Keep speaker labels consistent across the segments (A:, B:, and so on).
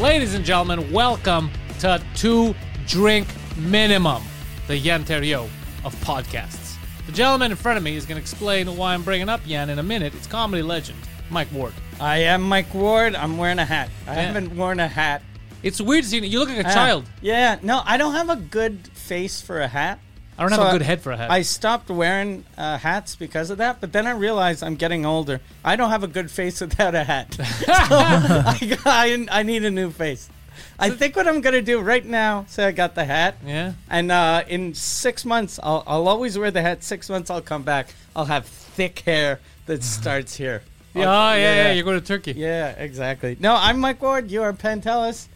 A: Ladies and gentlemen, welcome to Two Drink Minimum, the Yanterio of podcasts. The gentleman in front of me is going to explain why I'm bringing up Yan in a minute. It's comedy legend Mike Ward.
B: I am Mike Ward. I'm wearing a hat. I
A: Yeah.
B: haven't worn a hat.
A: It's weird seeing you look like a
B: Ah,
A: child.
B: Yeah. No, I don't have a good face for a hat.
A: I don't have a good head for a hat.
B: I stopped wearing uh, hats because of that, but then I realized I'm getting older. I don't have a good face without a hat. so I, I, I need a new face. I think what I'm going to do right now, say I got the hat.
A: Yeah. oh,
B: And uh, in six months, I'll, I'll always wear the hat. Six months, I'll come back. I'll have thick hair that starts here.
A: Yeah, oh, yeah, yeah, You're going to Turkey.
B: Yeah, exactly. No, I'm Mike Ward. You are Pantelis,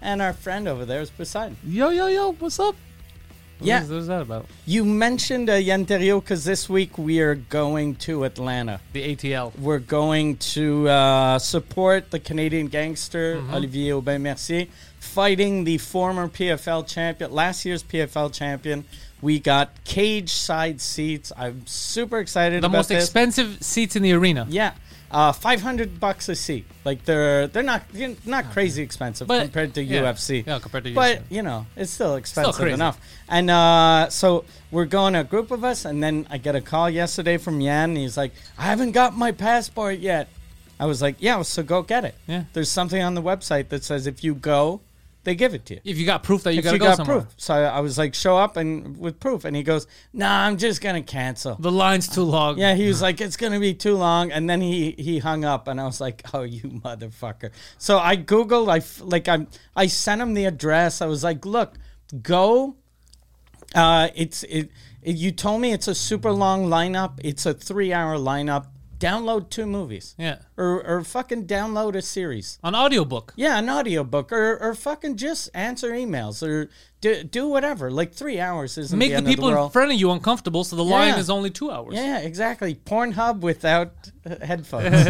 B: and our friend over there is Poseidon.
A: Yo, yo, yo. What's up? What
B: Yeah.
A: is- what is that about?
B: You mentioned uh, Yanterio because this week we are going to Atlanta.
A: The ATL.
B: We're going to uh, support the Canadian gangster
A: Mm-hmm.
B: Olivier Aubin Mercier fighting the former PFL champion, last year's PFL champion. We got cage side seats. I'm super excited
A: The
B: about
A: most
B: this.
A: expensive seats in the arena.
B: Yeah, uh, five hundred bucks a seat. Like they're they're not they're not crazy expensive
A: But-
B: compared to
A: yeah.
B: UFC.
A: Yeah, compared to
B: But
A: UFC.
B: you know, it's still expensive
A: crazy.
B: enough. And uh, so we're going a group of us, and then I get a call yesterday from Yan. And he's like, I haven't got my passport yet. I was like, Yeah, so go get it.
A: Yeah.
B: There's something on the website that says if you go, they give it to you
A: If you got proof that you
B: if
A: got to
B: you
A: go
B: got
A: somewhere.
B: proof. So I I was like, show up and with proof. And he goes, Nah, I'm just gonna cancel.
A: The line's too long.
B: Yeah, he was like, "It's gonna be too long," and then he he hung up, and I was like, "Oh, you motherfucker!" So I googled, I f- like I'm I sent him the address. I was like, "Look, go." Uh, it's it, it. You told me it's a super long lineup. It's a three-hour lineup. Download two movies.
A: Yeah.
B: Or or fucking download a series.
A: On audiobook.
B: Yeah, an audiobook or, or fucking just answer emails or do, do whatever. Like three hours isn't
A: Make
B: the,
A: the
B: end of
A: people in
B: world.
A: front of you uncomfortable so the line
B: Yeah.
A: is only two hours.
B: Yeah, exactly. Pornhub without uh, headphones.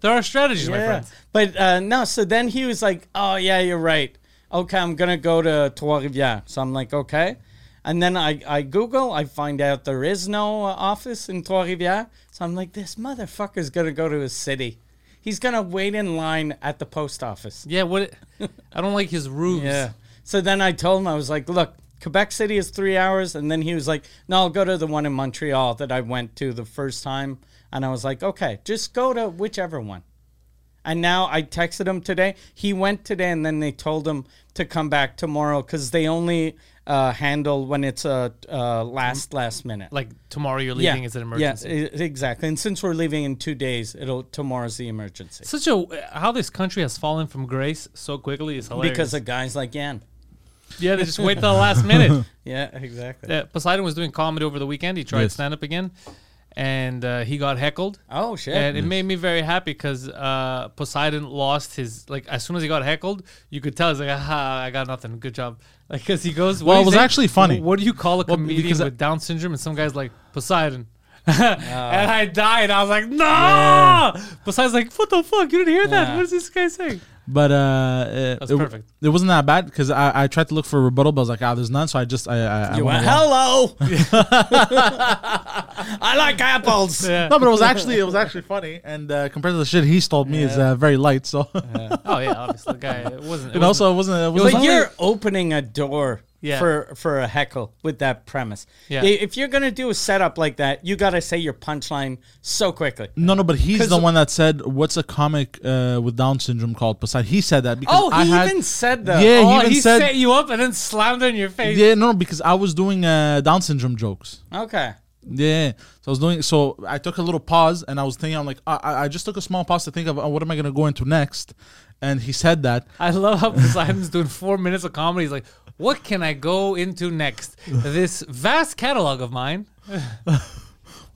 A: There are strategies, my
B: yeah.
A: friends.
B: But uh, no, so then he was like, oh, yeah, you're right. Okay, I'm going to go to Trois Rivières. So I'm like, okay. And then I, I Google, I find out there is no uh, office in Trois Rivières. So I'm like, this motherfucker's going to go to his city. He's going to wait in line at the post office.
A: Yeah, what? I don't like his ruse.
B: Yeah. So then I told him, I was like, look, Quebec City is three hours. And then he was like, no, I'll go to the one in Montreal that I went to the first time. And I was like, okay, just go to whichever one. And now I texted him today. He went today, and then they told him to come back tomorrow because they only uh, handle when it's a uh, last last minute.
A: Mm. Like tomorrow you're leaving is an emergency.
B: Yeah, e- exactly. And since we're leaving in two days, it'll tomorrow's the emergency
A: Such a how this country has fallen from grace so quickly is hilarious.
B: because of guys like Yan.
A: yeah, they just wait till the last minute.
B: Yeah, exactly.
A: Uh, Poseidon was doing comedy over the weekend. He tried stand up again, and uh, he got heckled.
B: Oh shit.
A: And it made me very happy because uh, Poseidon lost his like as soon as he got heckled, you could tell he's like, "Aha, I got nothing. Good job." Like because he goes, what
C: Well,
A: do
C: it
A: you
C: was
A: think-
C: actually funny.
A: What do you call a
C: Well,
A: comedian
C: because Ah. I-
A: with Down syndrome? And some guys like Poseidon. and I died. I was like, "No!" Poseidon's like, "What the fuck? You didn't hear that?
B: Yeah.
A: What is this guy saying?"
C: But uh, uh,
A: That's
C: it,
A: perfect.
C: It wasn't that bad because I, I tried to look for a rebuttal, but I was like, ah, there's none. So I just I, I, I
B: You
C: went
B: went,
C: along.
B: hello. I like apples.
C: No, but it was actually it was actually funny, and uh, compared to the shit he told me, is uh, very light. So
A: Oh yeah, obviously, the guy it wasn't. It
C: and also it wasn't. It
B: But
C: wasn't
B: you're opening a door
A: Yeah.
B: for for a heckle with that premise.
A: Yeah.
B: I- If you're gonna do a setup like that, you gotta say your punchline so quickly.
C: no, no, but he's
B: 'Cause-
C: the one that said, "What's a comic uh, with Down syndrome called?" Besides, he said that because
B: Oh,
C: I
B: he
C: had,
B: even said that.
C: Yeah,
A: oh,
C: he even
A: he
C: said.
A: set you up and then slammed it in your face.
C: yeah, no, because I was doing uh, Down syndrome jokes.
B: Oh, Okay.
C: Yeah. So I was doing. So I took a little pause, and I was thinking. I'm like, I- I, I just took a small pause to think of oh, what am I gonna go into next. And he said that.
A: I love how Poseidon's doing four minutes of comedy. He's like, what can I go into next? This vast catalog of mine.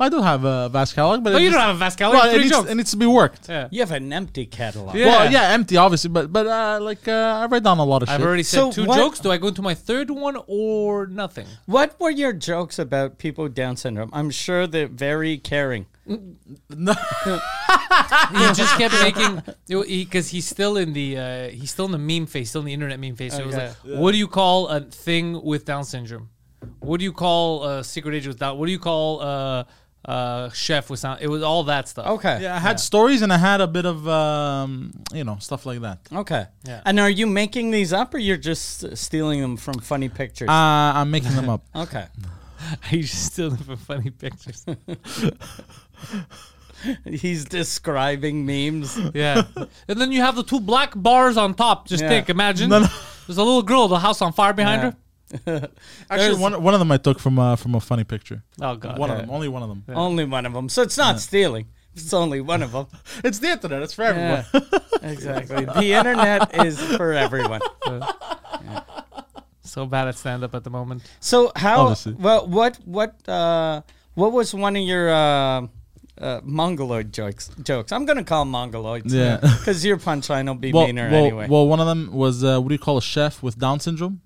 C: I do have a vast catalog, but
A: No,
C: it
A: you
C: just-
A: don't have a vast catalog,
C: Well, it
A: three
C: needs,
A: jokes.
C: it needs to be worked.
A: Yeah.
B: You have an empty catalog.
A: Yeah.
C: Well, yeah, empty, obviously, but but uh, like uh, I write down a lot of
A: I've
C: shit.
A: already said
B: So
A: two
B: what-
A: jokes. Do I go into my third one or nothing?
B: What were your jokes about people with Down syndrome? I'm sure they're very caring.
A: He just kept making because he's still in the uh, he's still in the meme phase, still in the internet meme phase. So it was
B: Okay.
A: like, what do you call a thing with Down syndrome? What do you call a secret agent with Down? What do you call a uh, uh, chef with Down? It was all that stuff.
B: Okay.
C: Yeah, I had stories and I had a bit of um, you know stuff like that.
B: Okay.
A: Yeah.
B: And are you making these up or you're just uh, stealing them from funny pictures?
C: Uh, I'm making them up.
B: okay.
A: He's just still looking for funny pictures.
B: He's describing memes.
A: yeah, and then you have the two black bars on top. Just
B: Yeah.
A: think, imagine there's a little girl, the house on fire behind
B: Yeah.
A: her.
C: Actually,
B: There's-
C: one one of them I took from uh, from a funny picture.
A: Oh god,
C: One of them, only one of them.
B: Only one of them. So it's not stealing. It's only one of them.
C: It's the internet. It's for everyone.
B: exactly. The internet is for everyone.
A: so bad at stand up at the moment.
B: So how?
C: Obviously.
B: Well, what what uh, what was one of your uh, uh, mongoloid jokes? Jokes. I'm gonna call 'em mongoloids.
C: Yeah.
B: Because your punchline will be
C: well,
B: meaner
C: well,
B: anyway.
C: well, one of them was uh, what do you call a chef with Down syndrome?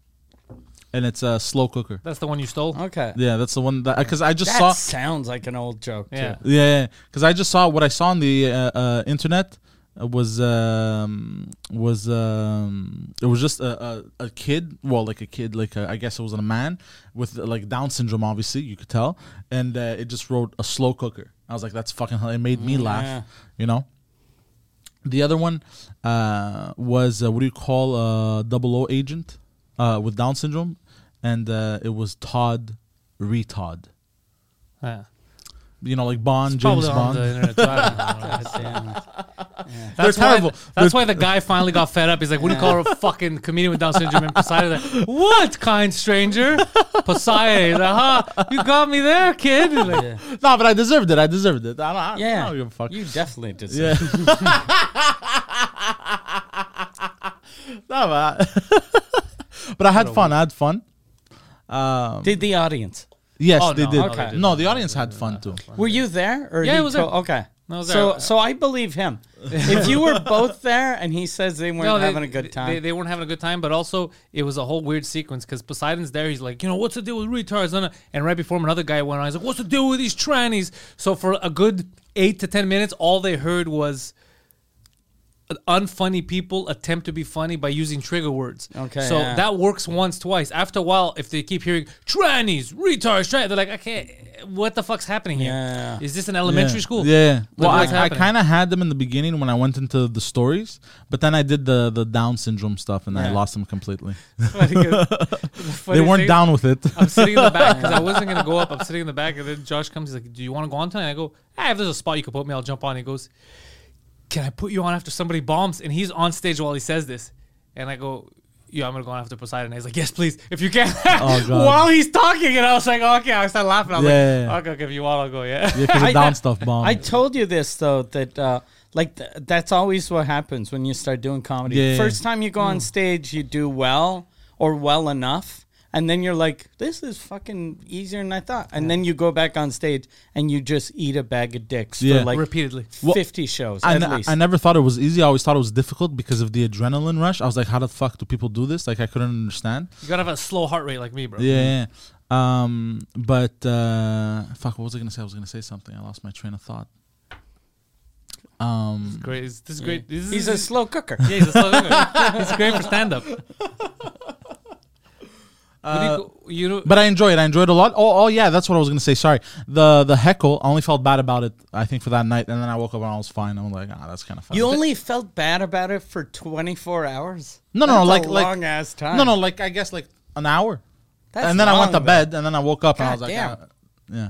C: And it's a slow cooker.
A: That's the one you stole.
B: okay.
C: Yeah, that's the one that because I just
B: That
C: saw.
B: sounds like an old joke. Too.
A: Yeah.
C: Yeah, because I just saw what I saw on the uh, uh, internet uh, was um, was um, it was just a, a, a kid, well, like a kid, like a, I guess it was a man with uh, like Down syndrome, obviously you could tell, and uh, it just wrote a slow cooker. I was like, that's fucking. hell- It made
A: Mm,
C: me
B: yeah.
C: laugh, you know. The other one uh, was uh, what do you call a double O agent uh, with Down syndrome, and uh, it was Todd Retod.
A: Yeah.
C: You know, like Bond,
A: It's
C: James
A: probably on
C: Bond.
A: the internet, so I don't know.
B: Damn it.
A: That's
C: They're
A: why-
C: terrible.
A: that's why the guy finally got fed up. He's like, "What do you call a fucking comedian with Down syndrome?" And Poseidon's like, "What kind stranger?" Poseidon, he's like, huh? You got me there, kid. He's like,
C: No, but I deserved it. I deserved it. I don't, I, yeah.
B: Yeah.
C: I don't give a fuck.
B: You definitely deserve.
C: yeah. no, but, I- but I had fun. I had fun. Um,
B: Did the audience?
C: yes,
A: Oh,
C: they
A: no,
C: did.
A: no, they
B: Okay.
A: didn't.
C: No, the audience had fun too.
B: Were you there? Or
A: Yeah,
B: he
A: I was
B: to-
A: there.
B: Okay.
A: I was
B: so
A: there.
B: so I believe him. if you were both there and he says they weren't
A: no,
B: having a good time,
A: They, they weren't having a good time, but also it was a whole weird sequence because Poseidon's there. He's like, you know, what's the deal with retards? And- uh, And right before him, another guy went on. He's like, what's the deal with these trannies? So for a good eight to ten minutes, all they heard was unfunny people attempt to be funny by using trigger words.
B: Okay,
A: So
B: yeah.
A: that works once, twice. After a while, if they keep hearing trannies, retards, trannies, they're like, okay, what the fuck's happening here? Is
B: Yeah.
A: this an elementary
C: yeah.
A: school?
C: Yeah.
A: Like,
C: Well,
A: what's
C: I, I
A: happening?
C: kind of had them in the beginning when I went into the stories, but then I did the the Down syndrome stuff and I
B: Yeah.
C: lost them completely.
A: Funny
C: they weren't
A: thing-
C: down with it.
A: I'm sitting in the back because I wasn't gonna go up. I'm sitting in the back, and then Josh comes. He's like, "Do you want to go on tonight?" I go, "Ah, if there's a spot you can put me, I'll jump on." He goes, "Can I put you on after somebody bombs?" And he's on stage while he says this, and I go. Yeah, I'm gonna go on after Poseidon. And he's like, "Yes, please, if you can."
C: Oh, God.
A: While he's talking, and I was like, "Okay," I started laughing. I was
C: Yeah, yeah, yeah.
A: like, "Okay, okay, if you want, I'll go." Yeah.
C: yeah, because the down stuff bomb.
B: I told you this though that uh, like th- that's always what happens when you start doing comedy.
C: Yeah.
B: First time you go
A: Mm.
B: on stage, you do well or well enough, and then you're like, "This is fucking easier than I thought." And then you go back on stage and you just eat a bag of dicks
C: Yeah.
B: for like
A: Repeatedly.
B: fifty shows
C: I,
B: at
C: ne-
B: least.
C: I never thought it was easy. I always thought it was difficult because of the adrenaline rush. I was like, how the fuck do people do this? Like, I couldn't understand.
A: You gotta have a slow heart rate like me, bro.
C: Yeah. yeah. Um, but uh, fuck, what was I gonna say? I was gonna say something. I lost my train of thought. Um,
A: Great. This is great. This is,
B: He's a slow cooker.
A: Yeah, he's a Uh, slow guy. He's great for stand up. you know,
C: but I enjoyed. it. I enjoyed it a lot. Oh, oh yeah, that's what I was gonna say. Sorry. The the heckle. I only felt bad about it. I think for that night, and then I woke up and I was fine. I'm like, ah, that's kind of funny.
B: You only felt bad about it for twenty four hours.
C: no, no, no,
B: That's
C: like
B: a
C: like
B: long ass time.
C: No, no, like I guess like an hour.
B: That's
C: and then I went to
B: long, though.
C: bed, and then I woke up, and I was
B: God
C: like,
B: damn.
C: ah, yeah.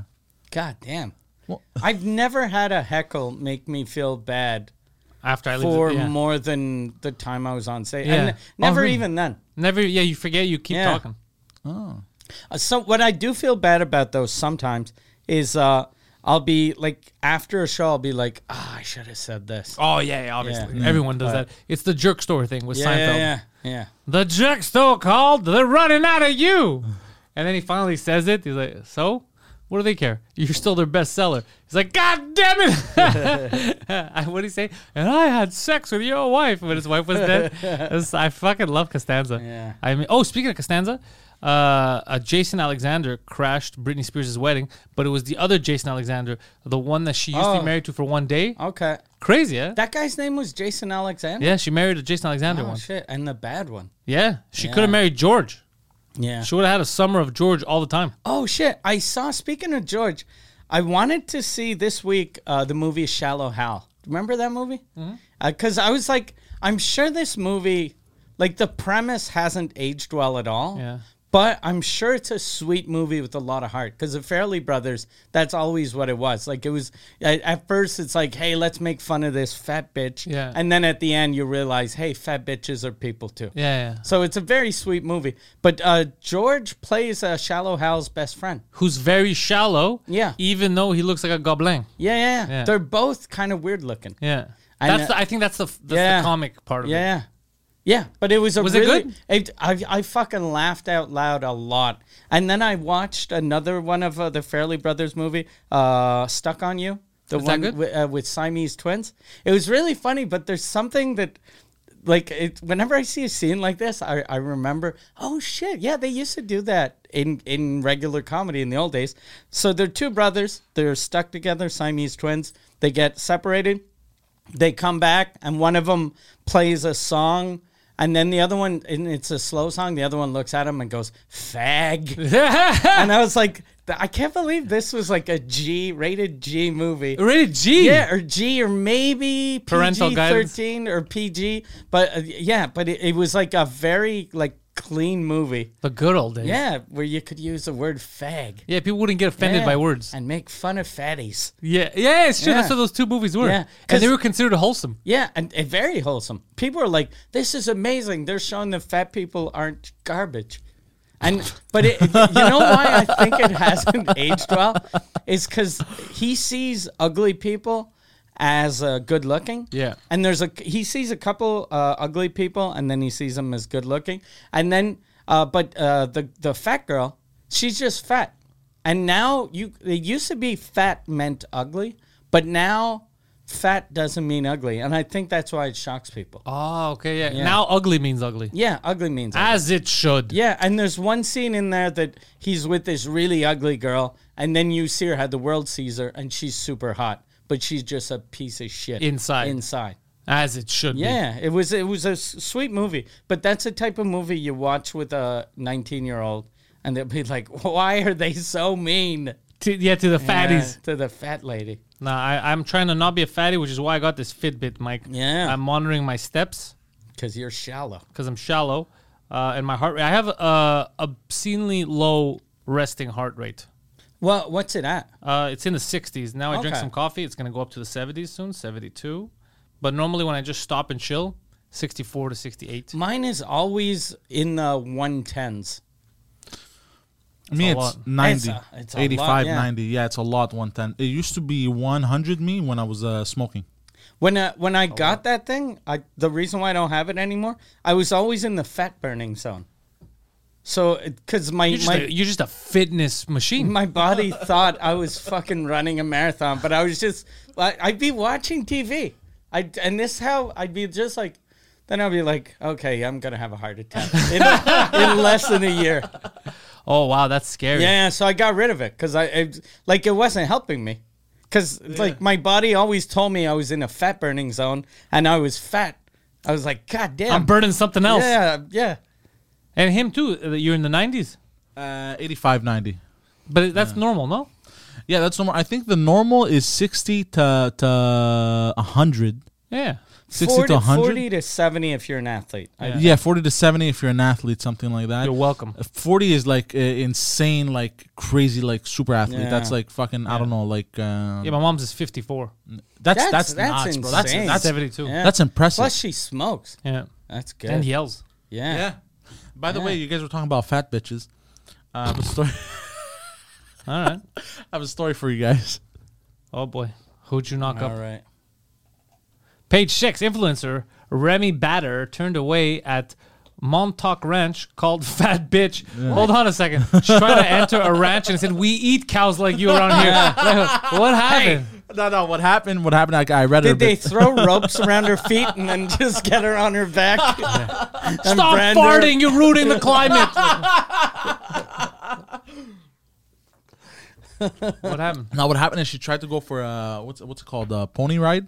B: God damn.
C: Well-
B: I've never had a heckle make me feel bad
A: after I leave,
B: for
A: yeah.
B: more than the time I was on stage.
A: Yeah.
B: And
A: Oh,
B: never
A: really?
B: even then.
A: never. Yeah, you forget. You keep
B: Yeah.
C: oh.
A: talking.
B: Uh, So what I do feel bad about though sometimes is uh, I'll be like after a show, I'll be like, ah, I should have said this.
A: Oh yeah, yeah, obviously.
B: Yeah. Mm.
A: Everyone does that. It's the jerk store thing with
B: yeah,
A: Seinfeld.
B: yeah, yeah, yeah.
A: The jerk store called. They're running out of you. And then he finally says it. He's like, so. What do they care? You're still their best seller. He's like, God damn it! what did he say? And I had sex with your wife when his wife was dead. It's- I fucking love Costanza.
B: Yeah.
A: I mean, oh, speaking of Costanza, uh, uh, Jason Alexander crashed Britney Spears' wedding, but it was the other Jason Alexander, the one that she used to
B: Oh.
A: be married to for one day.
B: Okay,
A: Crazy, yeah.
B: that guy's name was Jason Alexander.
A: Yeah, she married a Jason Alexander
B: Oh
A: one.
B: shit, and the bad one.
A: Yeah, she
B: Yeah.
A: could have married George.
B: Yeah.
A: She would have had a summer of George all the time.
B: Oh shit! I saw. Speaking of George, I wanted to see this week uh, the movie Shallow Hal. Remember that movie?
A: Mm-hmm.
B: Because I was like, I'm sure this movie, like the premise hasn't aged well at all.
A: Yeah.
B: But I'm sure it's a sweet movie with a lot of heart. Because the Fairley Brothers, that's always what it was. Like it was at, at first, it's like, hey, let's make fun of this fat bitch.
A: Yeah.
B: And then at the end, you realize, hey, fat bitches are people too.
A: Yeah, yeah.
B: So it's a very sweet movie. But uh, George plays uh, Shallow Hal's best friend.
A: Who's very shallow.
B: Yeah.
A: Even though he looks like a gobelin.
B: Yeah, yeah.
A: Yeah.
B: yeah. They're both kind of weird looking.
A: Yeah.
B: I
A: that's
B: know-
A: the, I think that's the that's
B: Yeah.
A: the comic part of
B: Yeah,
A: it.
B: yeah. Yeah, but it was a
A: Was it
B: really.
A: good?
B: It, I I fucking laughed out loud a lot, and then I watched another one of uh, the Fairley Brothers movie, uh, "Stuck on You," the
A: that
B: one
A: good?
B: wi- uh, with Siamese twins. It was really funny, but there's something that, like, it, whenever I see a scene like this, I, I remember, oh shit, yeah, they used to do that in in regular comedy in the old days. So they're two brothers, they're stuck together, Siamese twins. They get separated they come back and one of them plays a song and then the other one and it's a slow song the other one looks at him and goes fag and i was like th- i can't believe this was like a g rated g movie
A: Rated G.
B: yeah or g or maybe
A: Parental
B: PG-13
A: guidance.
B: or pg but uh, yeah but it, it was like a very like clean movie
A: The good old days.
B: yeah where you could use the word fag
A: Yeah, people wouldn't get offended
B: Yeah,
A: by words.
B: and make fun of fatties
A: Yeah. Yeah, it's true. That's
B: Yeah.
A: what those two movies were.
B: Yeah,
A: And they
B: 'cause-
A: were considered wholesome.
B: Yeah, and, and very wholesome. People are like, "This is amazing." They're showing that fat people aren't garbage, and but it, you know why I think it hasn't aged well is because he sees ugly people as uh, good looking.
A: Yeah.
B: and there's a he sees a couple uh, ugly people, and then he sees them as good looking, and then uh, but uh, the the fat girl, she's just fat, and now you it used to be fat meant ugly, but now fat doesn't mean ugly, and I think that's why it shocks people.
A: Oh, okay. Yeah. Now ugly means ugly.
B: Yeah, ugly means ugly.
A: As it should.
B: Yeah, and there's one scene in there that he's with this really ugly girl, and then you see her how the world sees her, and she's super hot, but she's just a piece of shit
A: Inside.
B: Inside.
A: As it should be.
B: Yeah, it was it was a s- sweet movie, but that's the type of movie you watch with a 19 year old, and they'll be like, "Why are they so mean?"
A: To, yeah, to the fatties.
B: Yeah, to the fat lady.
A: No, I, I'm trying to not be a fatty, which is why I got this Fitbit, Mike.
B: Yeah.
A: I'm monitoring my steps
B: Because you're shallow.
A: because I'm shallow, uh, and my heart rate. I have a obscenely low resting heart rate.
B: Well, what's it at?
A: Uh, it's in the 60s now. I drink
B: Okay.
A: some coffee. It's gonna go up to the 70s soon, 72. But normally when I just stop and chill, 64 to 68.
B: Mine is always in the 110s.
A: a
C: me, it's
A: lot.
C: 90,
B: It's a- it's a lot,
C: 85,
B: yeah.
C: 90. Yeah, it's a lot. 110. It used to be 100 me when I was uh, smoking.
B: When uh, when
A: Oh,
B: I got that thing, I the reason why I don't have it anymore, I was always in the fat burning zone. So, because my
A: You're just,
B: my
A: a, you're just a fitness machine.
B: my body thought I was fucking running a marathon, but I was just I, I'd be watching TV. I and this how I'd be just like. Then I'd be like, okay, I'm gonna have a heart attack in, in less than a year.
A: oh wow, that's scary.
B: Yeah, so I got rid of it because I, I like it wasn't helping me because like my body always told me I was in a fat burning zone and I was fat. I was like, God damn,
A: I'm burning something else.
B: Yeah, yeah.
A: And him too. uh, You're in the 90s,
C: Uh, 85, 90.
A: but that's normal, no?
C: Yeah, that's normal. I think the normal is 60 to, to 100.
A: Yeah.
C: 60
B: 40,
C: to 100.
B: 40 to 70 if you're an athlete. I-
C: Yeah, 40 to 70 if you're an athlete, something like that.
A: You're welcome.
C: 40 is like uh, insane, like crazy, like super athlete.
B: Yeah.
C: That's like fucking, I don't know, like. Um,
A: Yeah, my mom's is 54.
C: that's,
B: That's-
C: that's,
B: that's
C: nuts, bro. That's,
B: insane.
C: that's,
A: 72.
B: Yeah.
C: that's impressive.
B: Plus, she smokes.
A: Yeah.
B: That's good.
A: And yells.
B: yeah.
C: yeah. By the way, you guys were talking about fat bitches. Uh, but story.
A: All right.
C: I have a story for you guys.
A: Oh boy, who'd you knock up?
B: All right.
A: Page six, influencer Remy Batter turned away at Montauk Ranch called Fat Bitch. Hold on a second. She's trying to enter a ranch and said, We eat cows like you around here. what happened?
C: No, no. What happened? What happened? I, I read it. a
B: Did they
C: bit.
B: throw ropes around her feet and then just get her on her back? And
A: Stop
B: brand her?
A: farting. You're ruining the climate. what happened?
C: Now what happened is she tried to go for a what's what's it called a pony ride,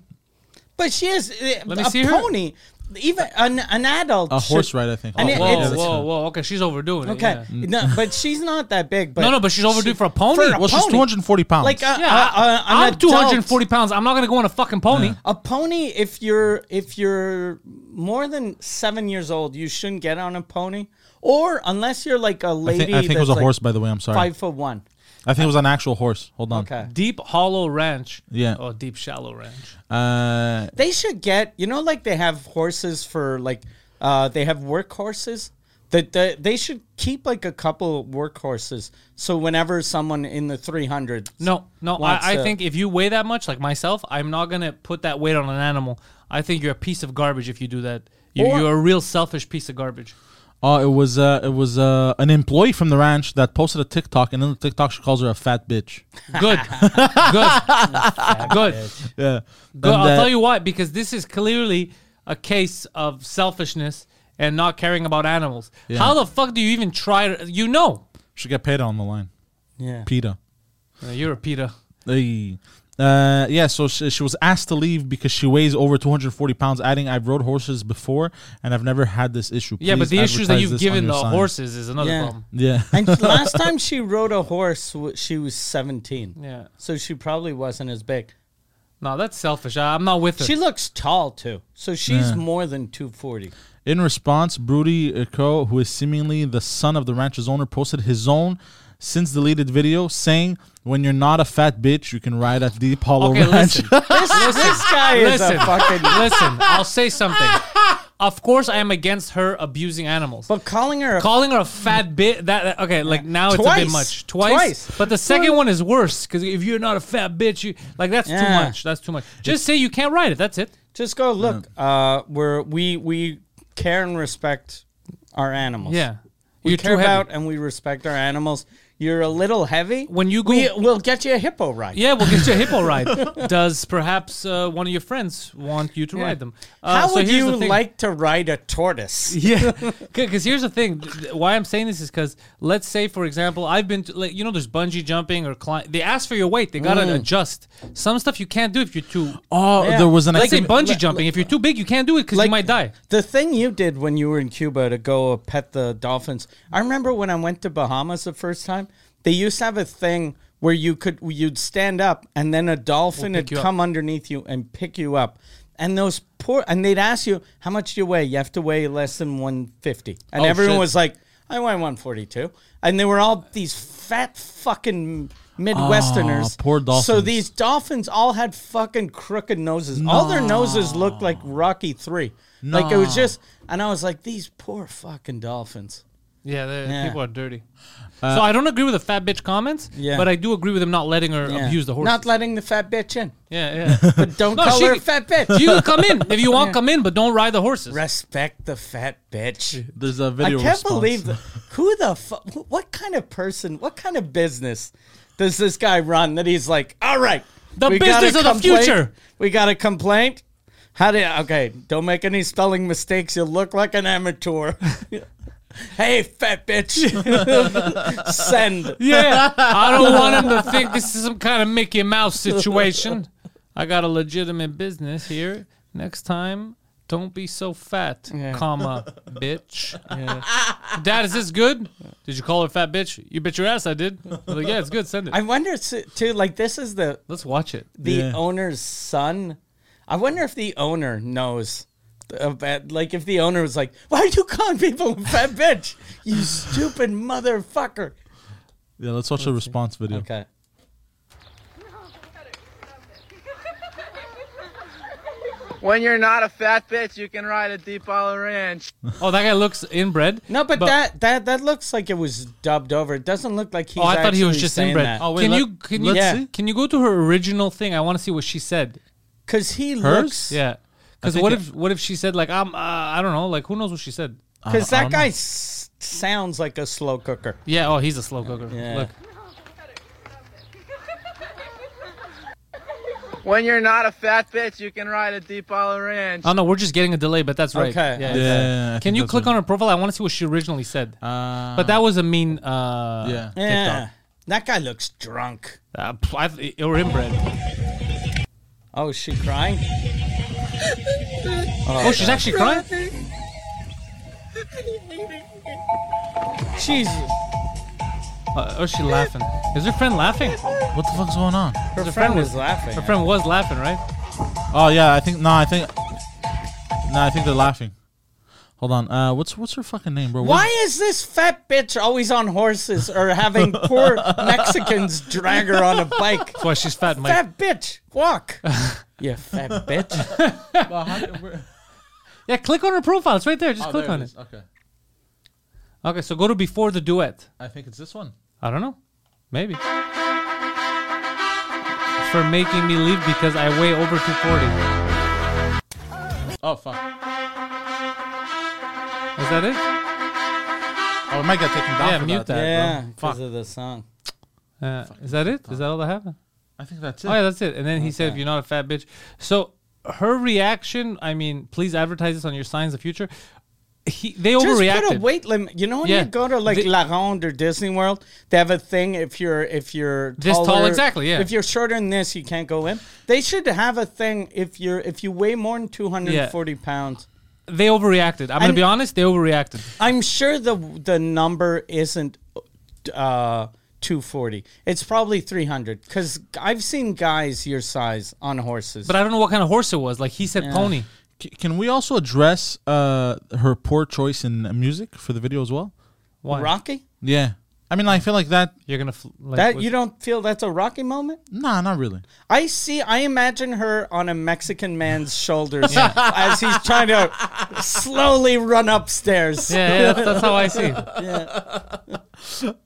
B: But she is uh,
A: Let me
B: a
A: see her.
B: pony. Even an, an adult.
C: a
B: should-
C: horse ride, I think.
B: And
C: Oh,
B: it-
C: yeah,
A: Whoa,
B: it's-
C: that's
A: whoa,
C: fine.
A: whoa. Okay, she's overdoing it.
B: Okay.
A: yeah.
B: No, but she's not that big. But
A: No, no, but she's overdue for a pony.
B: for a
C: Well, she's
B: pony.
C: 240 pounds.
B: like uh, a,
A: yeah,
B: a- a- an
A: I, am
B: adult-
A: 240 pounds. I'm not going to go on a fucking pony.
B: A pony, if you're if you're more than seven years old, you shouldn't get on a pony. Or unless you're like a
C: I
B: lady.
C: think, I think it was a
B: that's, like,
C: horse, by the way. I'm sorry.
B: Five foot one.
C: I think it was an actual horse. Hold on.
B: Okay.
A: Deep hollow ranch.
C: Yeah.
A: Or deep shallow ranch.
C: Uh,
B: They should get you know like they have horses for like uh they have work horses that they, they should keep like a couple work horses so whenever someone in the 300
A: No, no.
B: wants
A: I, I
B: to-
A: think if you weigh that much, like myself, I'm not gonna put that weight on an animal. I think you're a piece of garbage if you do that. You,
B: Or-
A: you're a real selfish piece of garbage.
C: oh, it was uh, it was uh, an employee from the ranch that posted a TikTok, and then the TikTok she calls her a fat bitch.
A: Good, good, good.
C: Yeah.
A: good.
B: uh,
C: uh,
A: I'll tell you why. Because this is clearly a case of selfishness and not caring about animals.
C: Yeah.
A: How the fuck do you even try? To, you know,
C: She got PETA on the line.
B: yeah
C: PETA.
A: Uh, you're a PETA.
C: Hey. Uh, yeah, so she, she was asked to leave because she weighs over 240 pounds, adding, I've rode horses before and I've never had this issue.
A: Yeah, but
C: Please
A: the issues that
C: advertise
A: you've
C: this on
A: given the
C: your sign."
A: horses is another
B: Yeah.
A: problem.
C: Yeah.
B: and last time she rode a horse w- she was 17
A: Yeah.
B: so she probably wasn't as big
A: No, that's selfish. I, I'm not with it.
B: she looks tall too so she's more than 240
C: In response, Broody Eko, who is seemingly the son of the ranch's owner, posted his own since deleted video saying, When you're not a fat bitch, you can ride at Deep Hollow
A: Okay,
C: Ranch.
A: listen.
B: this, this guy is
A: Listen.
B: a fucking
A: Listen, I'll say something. Of course, I am against her abusing animals.
B: but calling her a
A: Calling her a fat bit that, that- okay, like now it's a bit
B: Twice.
A: much. Twice,
B: Twice.
A: but the second one is worse because if you're not a fat bitch, you like that's
B: Yeah.
A: too much. That's too much. Just say you can't ride it. That's it.
B: Just go look. Uh, we're we we care and respect our animals.
A: Yeah,
B: we
A: you're
B: care
A: too heavy.
B: about and we respect our animals. You're a little heavy.
A: When you go-
B: we, uh, we'll get you a hippo ride.
A: Yeah, we'll get you a hippo ride. Does perhaps uh, one of your friends want you to ride them? Uh,
B: How
A: so
B: would
A: here's
B: you
A: the thing.
B: like to ride a tortoise?
A: Yeah, because here's the thing. th- th- Why I'm saying this is because let's say, for example, I've been to, like, you know, there's bungee jumping or climb. They ask for your weight. They
B: Mm.
A: gotta adjust. Some stuff you can't do if you're too.
C: Oh,
B: Yeah.
C: there was an
A: Let's say
C: activity-
A: bungee jumping. If you're too big, you can't do it because you might die.
B: The thing you did when you were in Cuba to go pet the dolphins. I remember when I went to Bahamas the first time. They used to have a thing where you could you'd stand up and then a dolphin
A: We'll
B: would
A: pick you
B: come underneath you and pick you up. And those poor and they'd ask you how much do you weigh. You have to weigh less than one fifty.
A: Oh,
B: And everyone
A: shit.
B: was like, I weigh one forty two. And they were all these fat fucking. Midwesterners.
C: Ah, poor
B: So
C: dolphins.
B: these dolphins all had fucking crooked noses. All their noses looked like Rocky Three. Like it was just, and I was like, these poor fucking dolphins.
A: Yeah, the
B: Yeah. Uh,
A: people are dirty. so I don't agree with the fat bitch comments.
B: Yeah.
A: but I do agree with them not letting her
B: Yeah.
A: abuse the horse.
B: Not letting the fat bitch in.
A: yeah, yeah.
B: But don't
A: No,
B: call
A: she-
B: her a fat bitch.
A: you can come in if you want. Come in, but don't ride the horses.
B: Respect the fat bitch.
C: There's a
B: I
C: video.
B: can't
C: response.
B: believe the, who the fu- what kind of person, what kind of business does this guy run that he's like, all right,
A: The
B: we got a
A: business of the
B: complaint.
A: future."
B: We got a complaint. How do okay? Don't make any spelling mistakes. You look like an amateur. hey, fat bitch, send.
A: Yeah, I don't want him to think this is some kind of Mickey Mouse situation. I got a legitimate business here. Next time, don't be so fat, comma, bitch. Dad, is this good? Did you call her fat bitch? You bet your ass I did. I was like, yeah, it's good. Send it.
B: I wonder s- too. Like this is the
A: Let's watch it.
B: the
C: Yeah.
B: owner's son. I wonder if the owner knows about, like, if the owner was like, "Why are you calling people a fat bitch? You stupid motherfucker."
C: Yeah, let's watch the response video.
B: Okay.
D: No, better stop it. When you're not a fat bitch, you can ride a deep olive ranch.
A: Oh, that guy looks inbred.
B: No, but, that that that looks like it was dubbed over. It doesn't look like he's.
A: Oh, I thought he was just
B: saying
A: inbred.
B: that.
C: Oh, wait,
A: can
C: let-
A: you can you
C: let's
B: Yeah.
C: see.
A: can you go to her original thing? I want to see what she said.
B: because he
C: Hers?
B: looks.
A: Yeah. Because
C: think
A: what
C: it-
A: if what if she said like I'm uh, I don't know like who knows what she said?
B: Because
C: I- I
B: that
C: don't know.
B: guy s- sounds like a slow cooker.
A: Yeah. Oh, he's a slow cooker.
B: Yeah.
A: Look.
D: When you're not a fat bitch, you can ride a deep olive ranch.
A: Oh no, we're just getting a delay, but that's right.
B: Okay.
A: Yeah.
B: Yeah,
C: yeah, I
A: Can
C: think
A: you
C: that's
A: click
C: what-
A: on her profile? I want to see what she originally said.
C: Uh,
A: but that was a mean. Uh,
C: yeah.
B: Yeah, that guy looks drunk.
A: Uh, pff, I th- or inbred.
B: Oh, is she crying?
A: Oh, she's actually crying.
B: Jesus,
A: Uh, or is she laughing? Is her friend laughing?
C: What the fuck's going on?
B: her
A: friend
B: friend
A: was-
B: was laughing.
A: Her friend was laughing, right?
C: Oh yeah, I think no, I think no, I think they're laughing. Hold on, uh, what's what's her fucking name, bro? What-
B: Why is this fat bitch always on horses or having poor Mexicans drag her on a bike?
A: That's why she's fat, Mike.
B: Fat bitch, walk. you fat bitch.
A: Yeah, click on her profile. It's right there. Just
C: Oh,
A: click
C: there
A: on it.
C: is. Okay,
A: Okay, so go to before the duet.
C: I think it's this one.
A: I don't know. Maybe. For making me leave because I weigh over 240.
C: Oh fuck!
A: Is that it?
C: Oh, it might get taken down.
A: Yeah,
C: for
A: mute
C: that.
A: that.
B: Yeah,
C: Fuck.
B: because of the song.
A: Uh, is that it? Is that all that happened?
C: I think that's it.
A: Oh, yeah, that's it. And then he said, You're not a fat bitch. So her reaction, I mean, please advertise this on your signs of the future. He, they
B: Just
A: overreacted.
B: put a weight limit. You know when
A: Yeah.
B: you go to like
A: The-
B: La Ronde or Disney World, they have a thing if you're if you're
A: This tall,
B: taller-
A: exactly, yeah.
B: If you're shorter than this, you can't go in. They should have a thing if you're if you weigh more than two hundred and forty pounds.
A: they overreacted. I'm going to
B: And-
A: be honest, they overreacted.
B: I'm sure the the number isn't uh, 240. It's probably 300 because I've seen guys your size on horses.
A: But I don't know what kind of horse it was. Like he said, pony.
C: C- can we also address uh, her poor choice in uh, music for the video as well?
A: Why?
B: Rocky?
C: Yeah, I mean, I feel like that.
A: You're going to. Fl- like,
B: That
A: what-
B: you don't feel that's a Rocky moment?
C: Nah, not really.
B: I see. I imagine her on a Mexican man's shoulders as he's trying to slowly run upstairs.
A: yeah, yeah that's, that's how I see it.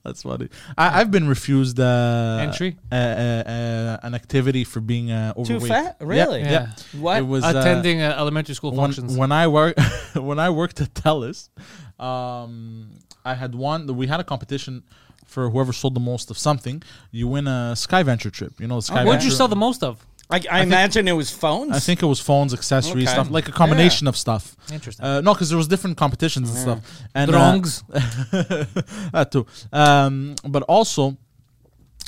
C: That's funny. I, I've been refused uh,
A: Entry?
C: uh, uh, uh, an activity for being uh, overweight.
B: fat?
C: Yeah,
B: Really?
C: Yeah.
A: Yeah.
B: What?
C: It was uh,
A: Attending uh, elementary school
C: when,
A: functions.
C: when I work when I worked at Telus, um, I had one. We had a competition for whoever sold the most of something. You win a Sky Venture trip. You know, the Sky
A: Oh, What'd you
C: Venture-
A: sell the most of?
B: I, I, imagine it was phones.
C: I think it was phones, accessories,
B: Okay.
C: stuff like a combination of stuff.
A: Interesting.
C: Uh, no, because there was different competitions and stuff. And uh,
A: Drongs.
C: that too. Um, but also,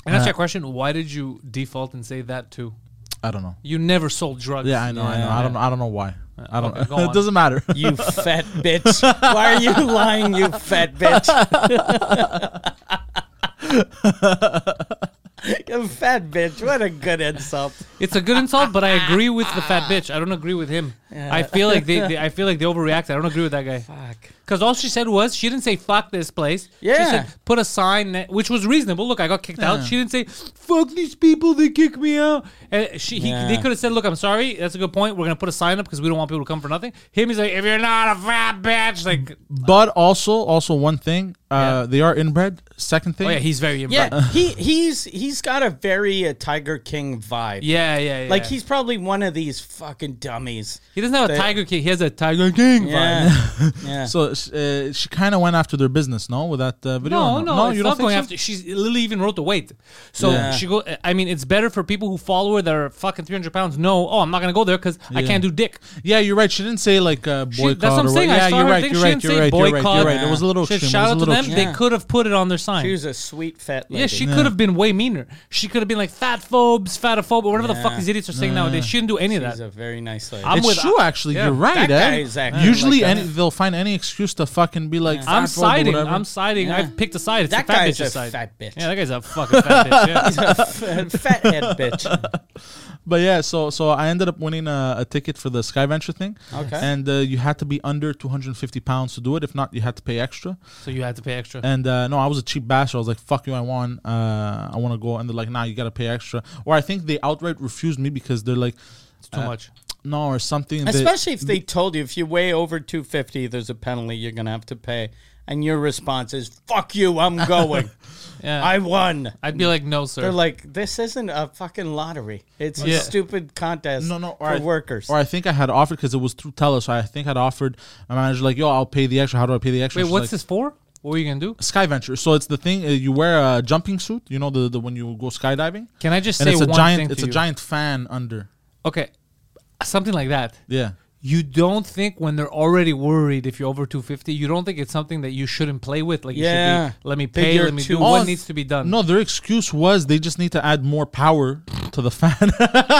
A: Can I ask you a question? Why did you default and say that too?
C: I don't know.
A: You never sold drugs.
C: Yeah, I know. I know. I don't. know- I don't know why. I don't.
A: Okay, go
C: it
A: on.
C: doesn't matter.
B: you fat bitch. Why are you lying, you fat bitch? you fat bitch. What a good insult.
A: It's a good insult, but I agree with the fat bitch. I don't agree with him. I feel like they, they. I feel like they overreacted. I don't agree with that guy.
B: Fuck.
A: Because all she said was she didn't say fuck this place. She
B: Yeah.
A: said put a sign, that, which was reasonable. Look, I got kicked out. She didn't say fuck these people. They kicked me out. And she he,
B: Yeah.
A: they could have said, look, I'm sorry. That's a good point. We're gonna put a sign up because we don't want people to come for nothing. Him he's like, if you're not a fat bitch, like
C: But also, also one thing. Uh,
A: Yeah.
C: They are inbred. Second thing.
A: oh yeah, he's very impressed.
B: Yeah, he he's he's got a very uh, Tiger King vibe.
A: Yeah, yeah, yeah.
B: Like he's probably one of these fucking dummies.
A: he doesn't have a Tiger King. He has a Tiger King vibe.
B: Yeah. yeah.
C: So uh, she kind of went after their business, no? With that uh, video?
A: No,
C: or
A: no, it's
C: you
A: not
C: don't
A: going
C: think so?
A: after. She's Lily even wrote the weight, so
B: Yeah.
A: she go. I mean, it's better for people who follow her that are fucking three hundred pounds. No, oh, I'm not gonna go there because I
C: Yeah.
A: can't do dick.
C: Yeah, you're right. She didn't say like uh, boycott.
A: She, that's what I'm
C: or
A: saying.
C: Yeah,
A: I saw
C: you're
A: her
C: right.
A: thing.
C: You're
A: she
C: right.
A: didn't say
C: You're right. You're
A: boycott.
C: right. You're right. It was a little
A: She-
C: extreme.
A: Shout
C: it was
A: out
C: a
A: to
C: little
A: them.
C: extreme.
A: They
B: Yeah.
A: could have put it on their sign.
B: She was a sweet fat lady.
A: yeah, she could have been way meaner. She could have been like fat phobes, fatophobe, or whatever the fuck
B: Yeah.
A: these idiots are saying nowadays. She didn't do any of
B: She's
A: that.
B: a very nice lady.
A: I'm
C: It's
A: with-
C: true, actually.
A: Yeah.
C: You're right.
B: That
C: eh?
B: guy is acting
C: Usually,
B: like
C: any, they'll find any excuse to fucking be like.
A: I'm
C: fat phobe or
A: siding.
C: whatever.
A: I'm siding. I've picked a side. It's
B: That
A: the fat
B: guy's
A: bitch's
B: a
A: side.
B: fat bitch.
A: Yeah, that guy's a fucking fat bitch. Yeah.
B: fat head bitch.
C: But yeah, so so I ended up winning a, a ticket for the Sky Venture thing.
B: Okay.
C: And uh, you had to be under 250 pounds to do it. If not, you had to pay extra.
A: So you had to pay extra.
C: And uh, no, I was a cheap bastard. I was like, "Fuck you, I won. Uh, I want
A: Uh,
C: to go." And they're like, "Nah, you gotta pay extra." Or I think they outright refused me because they're like,
A: It's too much.
C: no or something. that-
B: Especially if they told you if you weigh over 250, there's a penalty you're going to have to pay. And your response is, fuck you, I'm going.
A: Yeah.
B: I won.
A: I'd be like, no, sir.
B: They're like, this isn't a fucking lottery. It's
A: Yeah.
B: a stupid contest
C: no, no,
B: for
C: or I-
B: workers.
C: Or I think I had offered because it was through Telus. I think I'd offered my manager like, "Yo, I'll pay the extra. How do I pay the extra?"
A: Wait,
C: She's
A: what's
C: like,
A: this for? What were you gonna do?
C: Sky Venture. So it's the thing uh, you wear a jumping suit. You know the, the when you go skydiving.
A: Can I just
C: and
A: say
C: it's a
A: one
C: giant.
A: thing to
C: it's a
A: you?
C: giant fan under.
A: Okay, something like that.
C: Yeah.
A: You don't think when they're already worried if you're over 250, you don't think it's something that you shouldn't play with. Like, you
B: Yeah.
A: should be, let me
B: Think
A: pay,
B: you're
A: let me do
B: too-
A: what
C: Oh,
A: needs to be done.
C: No, their excuse was they just need to add more power to the fan.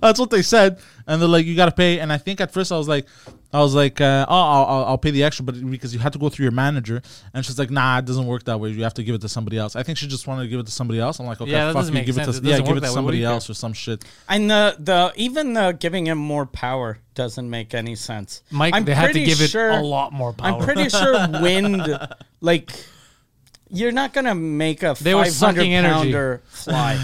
C: That's what they said, and they're like, "You gotta pay." And I think at first I was like, "I was like, uh, oh, I'll, I'll- I'll pay the extra," but because you had to go through your manager, and she's like, "Nah, it doesn't work that way. You have to give it to somebody else." I think she just wanted to give it to somebody else. I'm like, "Okay,
A: Yeah, that
C: fuck
A: doesn't
C: you,
A: make
C: give
A: sense.
C: it
A: It
C: to yeah,
A: doesn't
C: give
A: work
C: it to
A: that way. What do
C: somebody
A: you care?
C: else or some shit."
B: and the, the even the giving him more power doesn't make any sense.
A: Mike, they had to
B: pretty
A: give it a lot more power.
B: I'm pretty sure wind, like, you're not gonna make a
A: They were
B: 500
A: sucking energy.
B: pounder fly.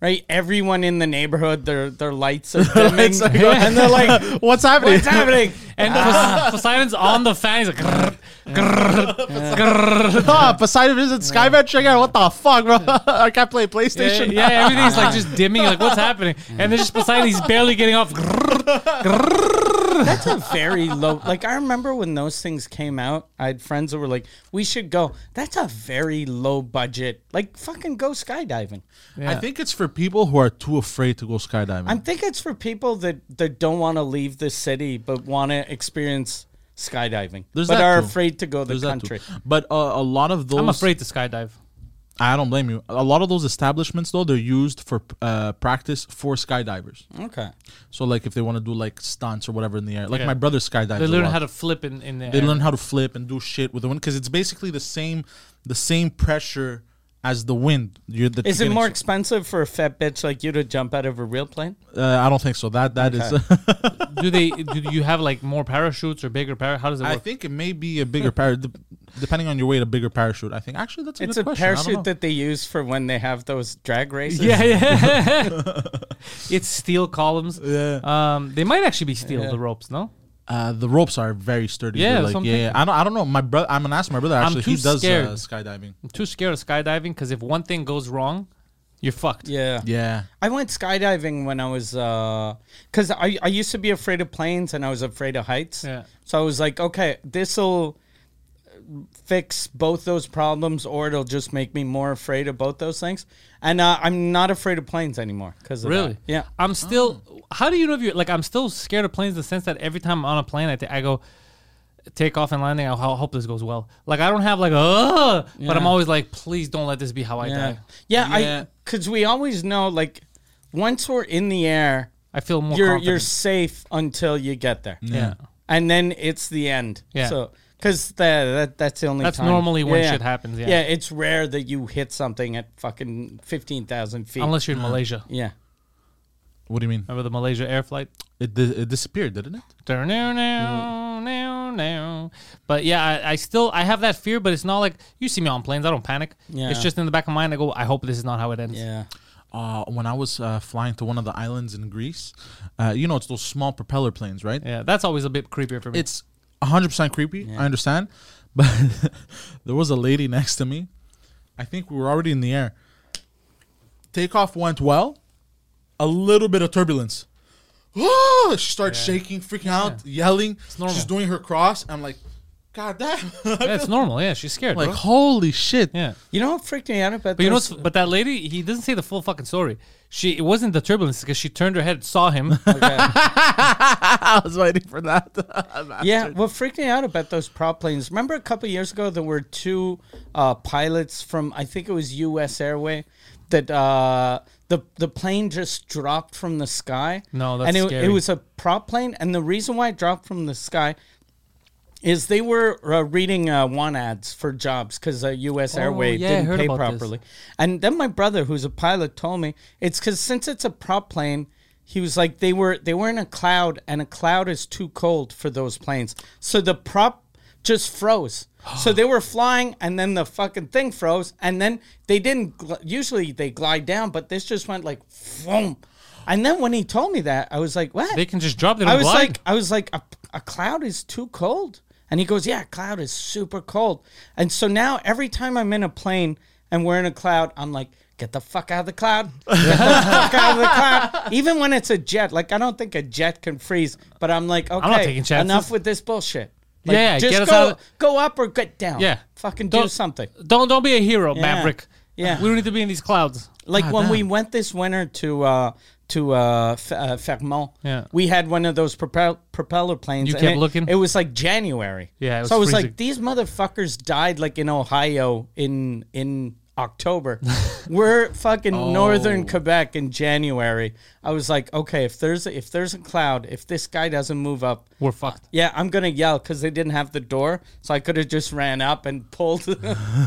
B: Right, everyone in the neighborhood, their their lights are dimming, and they're like,
C: What's happening?
B: "What's happening?"
A: and Pos- Poseidon's on the fan. He's like, grrr, grrr, grrr.
C: Ah, Poseidon isn't Sky Venture again. What the fuck, bro? I can't play
A: Yeah,
C: PlayStation.
A: yeah, everything's like just dimming. Like, what's happening? And then just Poseidon, he's barely getting off. Grrr.
B: That's a very low. Like I remember when those things came out, I had friends that were like, "We should go." That's a very low budget. Like fucking go skydiving.
C: I think it's for people who are too afraid to go skydiving.
B: I think it's for people that that don't want to leave the city but want to experience skydiving,
C: There's
B: but
C: that
B: are
C: too.
B: afraid to go to the
C: There's that too.
B: country.
C: But uh, a lot of those,
A: I'm afraid to skydive.
C: I don't blame you. A lot of those establishments, though, they're used for uh, practice for skydivers.
B: Okay.
C: So, like, if they want to do like stunts or whatever in the air, like
A: Yeah.
C: my brother skydives.
A: They
C: a
A: learn
C: lot.
A: how to flip in, in the
C: They
A: air.
C: learn how to flip and do shit with the wind because it's basically the same, the same pressure as the wind. You're the
B: Is it more
C: Exp-
B: expensive for a fat bitch like you to jump out of a real plane?
C: uh, I don't think so. That that is.
A: do they? Do you have like more parachutes or bigger parachutes? How does it work?
C: I think it may be a bigger parachute, depending on your weight. A bigger parachute. I think actually that's a
B: It's
C: good
B: a
C: question. I don't know.
B: parachute that they use for when they have those drag races.
A: Yeah, yeah. it's steel columns. Yeah. Um, they might actually be steel the ropes. No,
C: Uh, the ropes are very sturdy.
A: Yeah,
C: Yeah,
A: that's
C: like,
A: what I'm
C: yeah, yeah.
A: thinking.
C: I don't. I don't know. My brother. I'm gonna ask my brother. Actually,
A: too
C: he does
A: scared.
C: uh, skydiving.
A: I'm too scared of skydiving because if one thing goes wrong, you're fucked.
B: Yeah.
C: Yeah.
B: I went skydiving when I was, because I, I used to be afraid of planes and I was afraid of heights.
A: Yeah.
B: So I was like, okay, this will fix both those problems or it'll just make me more afraid of both those things. And uh, I'm not afraid of planes anymore. Cause of that.
A: Really?
B: Yeah. Oh.
A: I'm still. How do you know if you're like? I'm still scared of planes in the sense that every time I'm on a plane, I, t- I go take off and landing. I ho- hope this goes well. Like I don't have like uh, but I'm always like, please don't let this be how I
B: Yeah.
A: die.
B: Yeah.
C: Yeah.
B: I, cause we always know like once we're in the air,
A: I feel more.
B: you're
A: confident.
B: you're safe until you get there.
A: Yeah.
B: And then it's the end.
A: Yeah.
B: So because that, that that's the only
A: That's
B: time.
A: normally when shit happens, yeah.
B: Yeah. It's rare that you hit something at fucking fifteen thousand feet.
A: Unless you're in Malaysia.
B: yeah.
C: What do you mean?
A: Remember the Malaysia air flight?
C: It, di- it disappeared, didn't it?
A: Dun, dun, dun,
B: Mm-hmm.
A: dun, dun. But yeah, I, I still I have that fear, but it's not like you see me on planes. I don't panic.
B: Yeah.
A: It's just in the back of my mind. I go, I hope this is not how it ends.
B: Yeah.
C: Uh, when I was uh, flying to one of the islands in Greece, uh, you know, it's those small propeller planes, right?
A: Yeah, that's always a bit creepier for me.
C: It's 100% creepy. I understand. But there was a lady next to me. I think we were already in the air. Takeoff went well. A little bit of turbulence. she starts shaking, freaking out, yelling.
A: normal.
C: She's doing her cross. I'm like, God damn.
A: yeah, it's normal. Yeah, she's scared.
C: like,
A: bro.
C: holy shit.
A: yeah.
B: You know what freaked me out about
A: But you know,
B: those-
A: what's, but that lady, he doesn't say the full fucking story. She it wasn't the turbulence because she turned her head, saw him.
B: uh,
C: I was waiting for that.
B: yeah, what freaked me out about those prop planes? Remember a couple years ago, there were two uh, pilots from I think it was U.S. Airway that uh, the the plane just dropped from the sky.
A: No, that's
B: and it,
A: scary.
B: it was a prop plane, and the reason why it dropped from the sky is they were uh, reading uh, want ads for jobs because uh, U.S. Airway
A: Oh, yeah, I
B: didn't
A: heard
B: pay
A: about this.
B: properly. And then my brother, who's a pilot, told me it's because since it's a prop plane, he was like they were they were in a cloud, and a cloud is too cold for those planes, so the prop just froze. So they were flying, and then the fucking thing froze, and then they didn't. Gl- usually they glide down, but this just went like, boom. And then when he told me that, I was like, what?
A: They can just drop them.
B: I
A: in
B: was
A: blood?
B: like, I was like, a, a cloud is too cold. And he goes, yeah, a cloud is super cold. And so now every time I'm in a plane and we're in a cloud, I'm like, get the fuck out of the cloud. Get the fuck out of the cloud. Even when it's a jet, like I don't think a jet can freeze, but I'm like, okay,
A: not taking chances.
B: enough with this bullshit. Like,
A: Yeah,
B: just
A: get us
B: go,
A: out of-
B: go up or get down.
A: Yeah.
B: fucking do
A: Don't-
B: something.
A: don't don't be a hero, Maverick.
B: Yeah.
A: we don't need to be in these clouds.
B: Like when we went this winter to uh, to uh, F- uh, Fermont,
A: Yeah.
B: we had one of those propel- propeller planes.
A: You
B: and
A: kept
B: it-
A: looking?
B: It was like January.
A: Yeah, it
B: so I
A: was
B: was
A: freezing.
B: like, these motherfuckers died like in Ohio in in October. We're fucking
A: Oh.
B: northern Quebec in January. I was like, okay, if there's a, if there's a cloud, if this guy doesn't move up,
A: We're fucked.
B: yeah, I'm gonna yell because they didn't have the door, so I could have just ran up and pulled.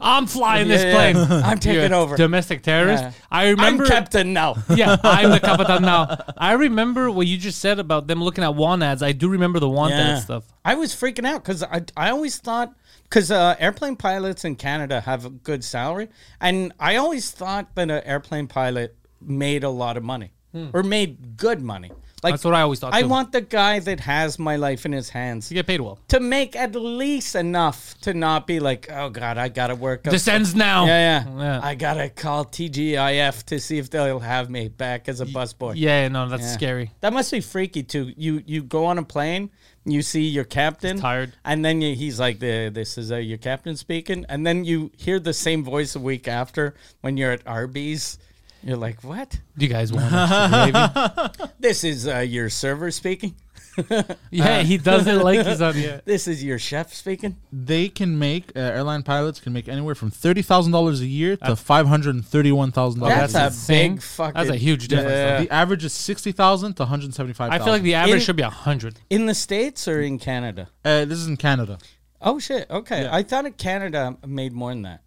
A: I'm flying this
B: Yeah, yeah.
A: plane.
B: I'm taking
A: You're a
B: over.
A: Domestic terrorist.
B: Yeah.
A: I remember.
B: I'm captain now.
A: yeah, I'm the capitan now. I remember what you just said about them looking at WAN ads. I do remember the WAN ad stuff.
B: I was freaking out because I, I always thought because uh, airplane pilots in Canada have a good salary, and I always thought that an airplane pilot made a lot of money or made good money.
A: Hmm.
B: Like
A: That's what I always thought,
B: I
A: too.
B: want the guy that has my life in his hands
A: You get paid well.
B: to make at least enough to not be like, oh god, I gotta work. up-
A: This ends now.
B: yeah, yeah,
A: Yeah.
B: I gotta call TGIF to see if they'll have me back as a busboy.
A: Yeah, no, that's
B: Yeah.
A: scary.
B: That must be freaky too. You you go on a plane, you see your captain
A: tired.
B: and then you, he's like, "The this is uh, your captain speaking," and then you hear the same voice a week after when you're at Arby's. You're like, "What?
A: You guys want us to
B: This is uh, your server speaking.
A: leave you? Yeah, he does it like he's on. Yeah.
B: This is your chef speaking."
C: They can make uh, airline pilots can make anywhere from thirty thousand dollars a year to five hundred thirty-one thousand dollars.
B: That's,
A: Oh, that's
B: a
A: insane.
B: big fucking.
A: That's a huge difference,
B: Yeah.
C: the average is sixty thousand to one hundred seventy-five.
A: I feel like the average
B: In-
A: should be hundred.
B: in the states or in Canada?
C: uh, this is in Canada.
B: Oh shit! Okay, I thought it Canada made more than that.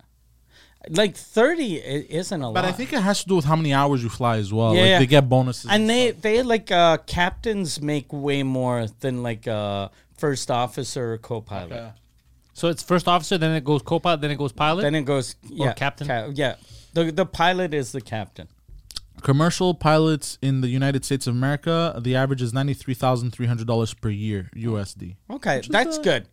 B: Like thirty i- isn't a lot.
C: But I think it has to do with how many hours you fly as well.
B: Yeah,
C: like
B: yeah.
C: they get bonuses.
B: and they they like uh captains make way more than like uh first officer or co-pilot
A: So it's first officer, then it goes co-pilot, then it goes pilot.
B: then it goes yeah
A: captain?
B: yeah the the pilot is the captain
C: Commercial pilots in the United States of America, the average is ninety-three thousand three hundred dollars per year USD.
B: okay that's good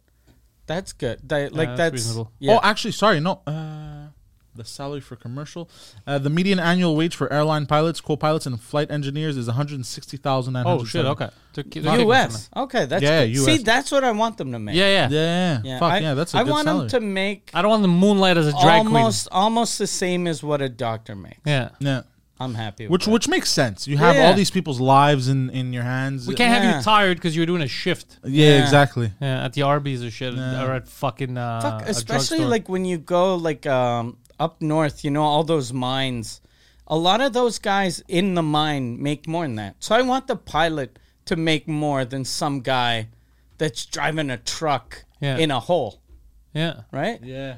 B: that's good That- like
A: that's
B: that's,
A: reasonable.
B: yeah
C: Oh, actually, sorry, no. Uh, the salary for commercial, uh, the median annual wage for airline pilots, co-pilots, and flight engineers is one hundred sixty thousand nine hundred.
A: oh shit! Okay. They're ki- they're kicking
B: U.S.
A: something.
B: Okay, that's
C: Yeah,
B: good.
C: US.
B: See, that's what I want them to make.
A: Yeah, yeah,
C: Yeah, Fuck
B: I,
C: yeah, that's a
B: I
C: good
B: want
C: salary.
B: them to make
A: I don't want the moonlight as a drag
B: almost almost the same as what a doctor makes.
A: queen. Yeah.
C: yeah,
B: I'm happy. With
C: which
B: that.
C: which makes sense. You have
B: Yeah.
C: all these people's lives in in your hands.
A: We can't have
B: Yeah.
A: you tired because you were doing a shift
C: Yeah,
B: Yeah.
C: exactly.
A: yeah, at the Arby's or shit, or at fucking uh,
B: Fuck,
A: a
B: especially
A: drugstore.
B: like when you go like um, up north, you know, all those mines. A lot of those guys in the mine make more than that. So I want the pilot to make more than some guy that's driving a truck
A: Yeah.
B: in a hole,
A: yeah.
B: right?
C: Yeah.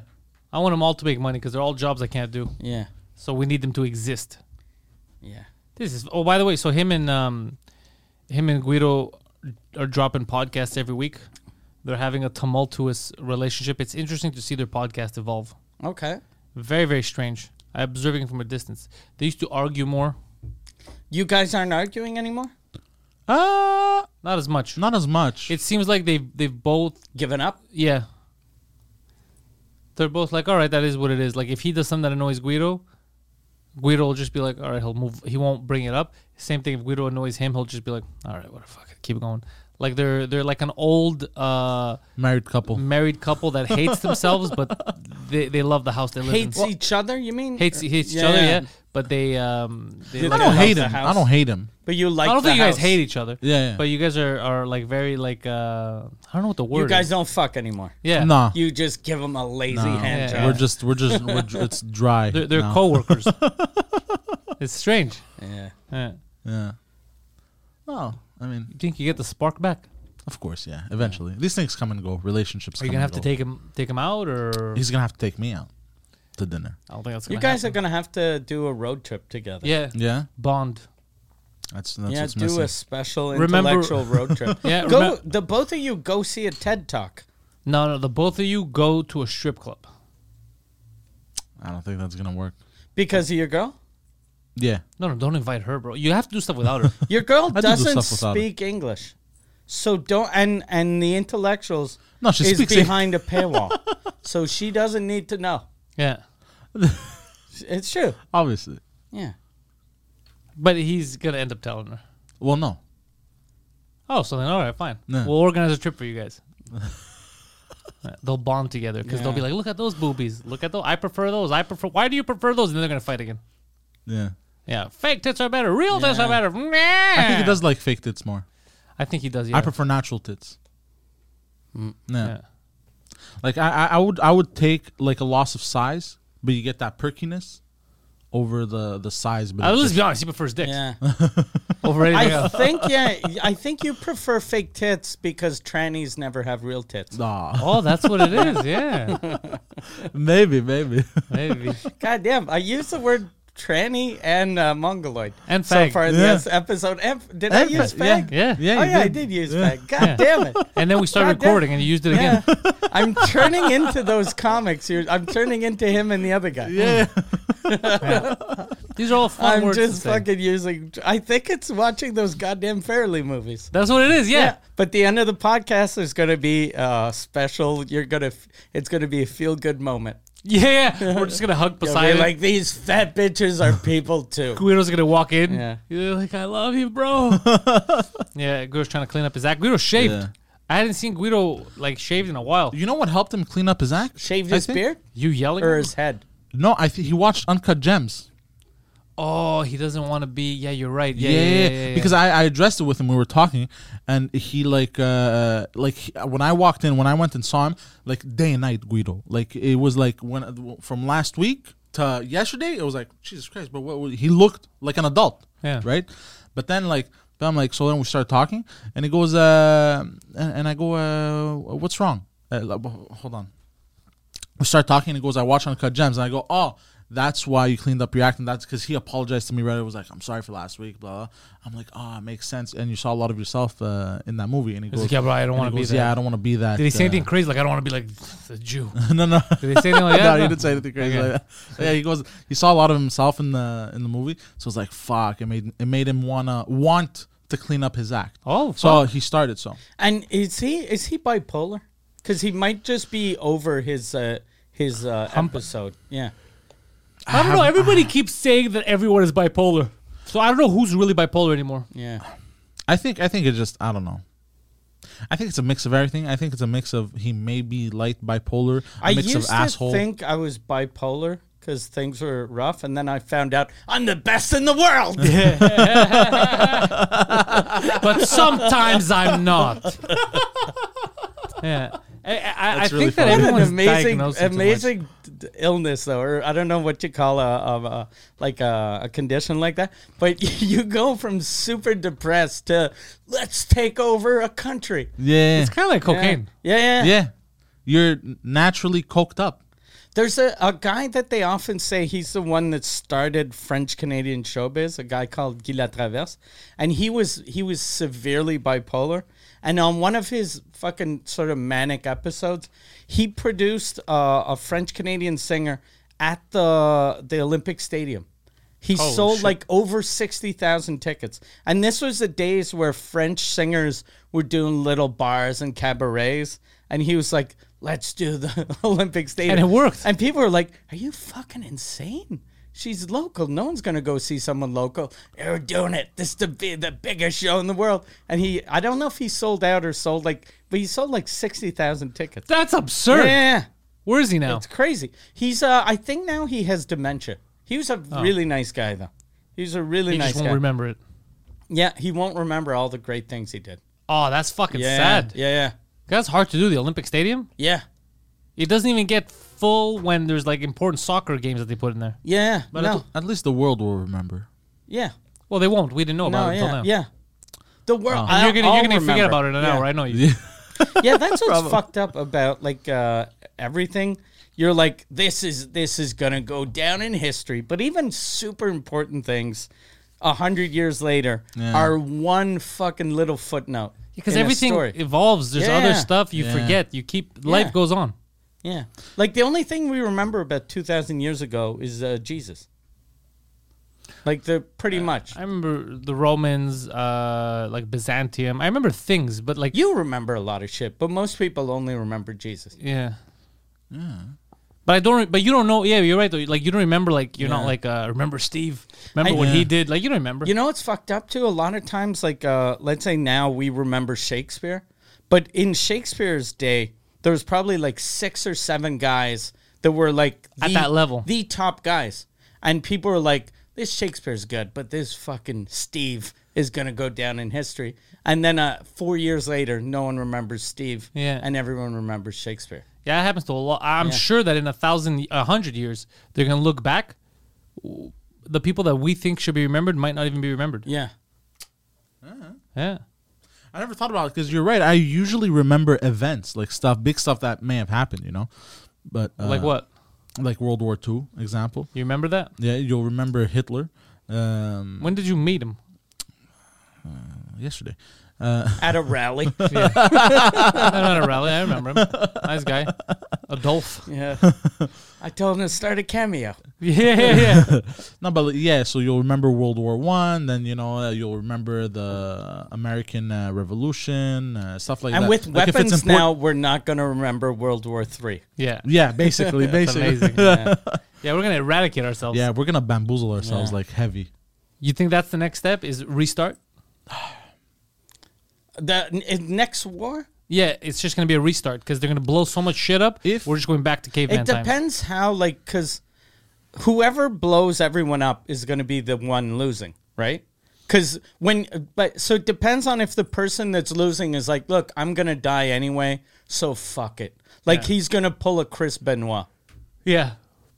A: I want them all to make money because they're all jobs I can't do.
B: Yeah.
A: So we need them to exist.
B: Yeah.
A: This is oh by the way, so him and um, him and Guido are dropping podcasts every week. They're having a tumultuous relationship. It's interesting to see their podcast evolve.
B: Okay.
A: Very very strange. I observing from a distance. They used to argue more,
B: You guys aren't arguing anymore?
C: Uh
A: not as much.
C: not as much.
A: It seems like they've they've both
B: Giving up?
A: Yeah. They're both like, all right, that is what it is. Like, if he does something that annoys Guido, Guido will just be like, all right, he'll move. He won't bring it up. Same thing if Guido annoys him, he'll just be like, all right, what the fuck, keep going. Like they're they're like an old uh,
C: Married couple.
A: married couple that hates themselves, but they, they love the house they live
B: Hates
A: in.
B: each other, you mean?
A: hates hates each
B: Yeah,
A: other,
B: yeah.
A: yeah. But they um they
C: I
A: like,
C: don't
B: love
C: hate
B: the
C: him. I
B: house.
C: don't hate him.
B: But you like
A: I don't
B: the
A: think you guys
B: house.
A: hate each other.
C: Yeah, yeah.
A: But you guys are are like very like uh I don't know what the word.
B: You guys
A: is.
B: don't fuck anymore.
A: yeah.
C: Nah.
B: You just give them a lazy hand
A: Yeah.
B: job.
C: We're just we're just we're, dr- it's dry.
A: They're, they're
C: now.
A: coworkers. it's strange.
B: yeah.
A: Yeah.
C: Yeah. No, I mean,
A: You think you get the spark back?
C: of course, yeah. Eventually, these things come and go. Relationships.
A: Are you
C: come
A: gonna have
C: and
A: to
C: go.
A: take him take him out or?
C: He's gonna have to take me out to dinner.
A: I don't think that's gonna.
B: You guys
A: happen.
B: are going to have to do a road trip together.
A: yeah
C: Yeah,
A: bond.
C: that's that's
B: yeah,
C: what's
B: do
C: missing.
B: a special
A: Remember-
B: intellectual road trip.
A: Yeah,
B: go.
A: remem-
B: the both of you go see a TED talk.
A: No, no, the both of you go to a strip club.
C: I don't think that's gonna work.
B: Because of your girl?
C: Yeah.
A: No, no, don't invite her, bro. You have to do stuff without her.
B: Your girl
C: do
B: doesn't
C: stuff without it.
B: speak English, so don't. And and the intellectuals
C: No, she
B: is
C: speaks Eng-
B: behind a paywall, so she doesn't need to know.
A: yeah.
B: It's true.
C: Obviously.
B: Yeah.
A: But he's going to end up telling her.
C: Well, no.
A: Oh, so then, all right, fine.
C: No.
A: We'll organize a trip for you guys. Uh, They'll bond together because they'll be like, look at those boobies. Look at those. I prefer those. I prefer. Why do you prefer those? And then they're going to fight again.
C: Yeah.
A: Yeah. Fake tits are better. Real tits are better.
C: I think he does like fake tits more.
A: I think he does. Eh. Yeah. Mm.
C: I prefer natural tits. Yeah.
A: Yeah.
C: Like I, I, I would, I would take like a loss of size, but you get that perkiness over the the size. But
A: Uh,
C: it's
A: let's
C: just-
A: be honest. He prefers dicks
B: Yeah.
A: over anything
B: I
A: else.
B: think yeah. I think you prefer fake tits because trannies never have real tits.
C: Aw,
A: Oh, that's what it is. Yeah.
C: maybe, maybe.
A: Maybe.
B: God damn! I used the word tranny and uh, mongoloid
A: And
B: so
A: fag.
B: far in
C: Yeah.
B: this episode. F, did
C: And
B: I use
C: fa- yeah.
B: fag?
A: Yeah.
C: Yeah,
B: oh
C: you
B: yeah, I
C: did.
B: did use fag. God damn it!
A: And then we started
B: God damn.
A: recording and you used it again.
B: I'm turning into those comics. You're, I'm turning into him and the other guy.
C: Yeah.
A: Hmm. These are all fun
B: I'm
A: words. to
B: just
A: say.
B: fucking using. I think it's watching those goddamn Fairly movies.
A: That's what it is. Yeah.
B: But the end of the podcast is going to be uh, special. You're gonna. f- It's going to be a feel good moment.
A: Yeah. We're just gonna hug
B: You'll be
A: Poseidon.
B: like these fat bitches are people too.
A: Guido's gonna walk in.
B: Yeah.
A: You're like, I love you, bro. yeah, Guido's trying to clean up his act. Guido shaved.
C: Yeah.
A: I hadn't seen Guido like shaved in a while.
C: You know what helped him clean up his act?
B: Shaved
C: I
B: his
C: think?
B: beard
A: You yelling?
B: or his head.
C: No, I think he watched Uncut Gems.
A: oh, he doesn't want to be. Yeah, you're right. Yeah,
C: Yeah, yeah, yeah. Because I, I addressed it with him. We were talking, and he like uh like he- when I walked in, when I went and saw him, like day and night Guido. Like it was like when from last week to yesterday, it was like Jesus Christ. But what, he looked like an adult.
A: Yeah.
C: Right. But then like then I'm like so then we start talking, and he goes uh and, and I go uh what's wrong? Uh, like, hold on. we start talking. He goes, I watch Uncut Gems, and I go, oh, that's why you cleaned up your act, and that's because he apologized to me. Right, it was like, I'm sorry for last week, blah. blah. I'm like, oh, it makes sense. And you saw a lot of yourself uh, in that movie, and he
A: He's
C: goes,
A: like, "Yeah, bro, I don't
C: and he
A: wanna be
C: goes,
A: that."
C: Yeah, I don't want to be that.
A: Did he say
C: uh,
A: anything crazy? Like, I don't want to be like the Jew.
C: no, no.
A: Did he say anything like that?
C: no, he didn't say anything crazy.
A: Okay.
C: Like that. Yeah, he goes. He saw a lot of himself in the in the movie, so it's like, fuck. It made it made him wanna want to clean up his act.
A: Oh,
C: so he started. So
B: And is he is he bipolar? Because he might just be over his uh, his uh, episode. Yeah.
A: I don't know. Everybody keeps saying that everyone is bipolar. So I don't know who's really bipolar anymore.
B: Yeah.
C: I think I think it just I don't know. I think it's a mix of everything. I think it's a mix of he may be light bipolar, a
B: I
C: mix
B: used
C: of
B: to
C: asshole.
B: think I was bipolar because things were rough, and then I found out I'm the best in the world.
A: but sometimes I'm not. Yeah. I, I, I
C: That's
A: think
C: really
A: that
C: funny.
B: What
A: everyone's
B: an amazing,
A: diagnosed with too much.
B: amazing d- illness, though, or I don't know what you call a, a, a like a, a condition like that. But you go from super depressed to let's take over a country.
C: yeah,
A: It's kind of like cocaine.
B: Yeah, yeah. yeah.
C: yeah. You're n- naturally coked up.
B: There's a, a guy that they often say he's the one that started French Canadian showbiz, a guy called Guy Latraverse, and he was he was severely bipolar. And on one of his fucking sort of manic episodes, he produced uh, a French Canadian singer at the the Olympic Stadium. He sold like over sixty thousand tickets, and this was the days where French singers were doing little bars and cabarets. And he was like, "Let's do the Olympic Stadium."
A: And it worked.
B: And people were like, "Are you fucking insane? She's local. No one's gonna go see someone local. You're doing it. This is the bi- the biggest show in the world." And he, I don't know if he sold out or sold like, but he sold like sixty thousand tickets.
A: That's absurd.
B: Yeah,
A: Where is he now?
B: it's crazy. He's, uh, I think now he has dementia. He was a really nice guy though. He was a
A: Oh.
B: really
A: He
B: nice
A: just won't
B: guy.
A: remember it.
B: yeah, he won't remember all the great things he did.
A: Oh, that's fucking
B: Yeah,
A: sad.
B: Yeah, yeah,
A: That's hard to do. The Olympic Stadium.
B: yeah,
A: It doesn't even get full when there's like important soccer games that they put in there.
B: yeah.
C: But
B: no,
C: at, at least the world will remember.
B: yeah.
A: Well, they won't. We didn't know about
B: No,
A: it until
B: yeah,
A: now.
B: yeah. The world.
A: And you're gonna,
B: I'll
A: you're gonna forget
B: remember.
A: about it an
B: Yeah.
A: hour. I know you.
B: Yeah, that's what's fucked up about like uh, everything. You're like, this is this is gonna go down in history. But even super important things, a hundred years later, are one fucking little footnote.
A: Because
B: in a
A: everything
B: story.
A: evolves. There's other
B: Yeah.
A: stuff you
C: Yeah.
A: forget. You keep life
B: Yeah.
A: goes on.
B: yeah, like the only thing we remember about two thousand years ago is uh, Jesus. Like the pretty much.
A: I remember the Romans, uh, like Byzantium. I remember things, but like
B: You remember a lot of shit, but most people only remember Jesus.
A: yeah, yeah. But I don't. Re- but you don't know. Yeah, you're right though. Like you don't remember. Like you're not like uh, remember Steve. Remember
B: I-
A: what
C: Yeah.
A: he did. Like you don't remember.
B: You know what's fucked up too? A lot of times, like uh, let's say now we remember Shakespeare, but in Shakespeare's day, there was probably like six or seven guys that were like
A: At that level.
B: the top guys, and people were like, "This Shakespeare's good, but this fucking Steve is gonna go down in history." And then uh, four years later, no one remembers Steve,
A: Yeah.
B: and everyone remembers Shakespeare.
A: Yeah, it happens to a lot. I'm sure that in a thousand, a hundred years, they're gonna look back. w- The people that we think should be remembered might not even be remembered. Yeah,
B: Yeah,
C: I never thought about it because you're right. I usually remember events like stuff, big stuff that may have happened, you know. But uh,
A: like what?
C: Like World War II, example.
A: You remember that?
C: Yeah, you'll remember Hitler. Um,
B: Mm.
A: When did you meet him?
C: yesterday.
B: at a rally.
A: I don't know, rally. I remember him. Nice guy, Adolf.
B: yeah, I told him to start a cameo.
A: Yeah, yeah, yeah.
C: No, but like, yeah. So you'll remember World War One. Then you know uh, you'll remember the American uh, Revolution, uh, stuff like
B: And
C: that.
B: with
C: Like, if it's
B: weapons
C: important-
B: now, we're not going to remember World War Three.
A: yeah.
C: Yeah, basically,
A: That's
C: basically.
A: amazing. Yeah. we're gonna eradicate ourselves.
C: Yeah, we're gonna bamboozle ourselves
B: Yeah.
C: like heavy.
A: You think that's the next step? Is restart?
B: The n- in next war?
A: Yeah, it's just gonna be a restart because they're gonna blow so much shit up.
C: If-
A: we're just going back to caveman
B: it
A: time.
B: depends how, like, because whoever blows everyone up is going to be the one losing, right? Because when, but so it depends on if the person that's losing is like, look, I'm going to die anyway, so fuck it. Like, he's going to pull a Chris Benoit.
A: Yeah,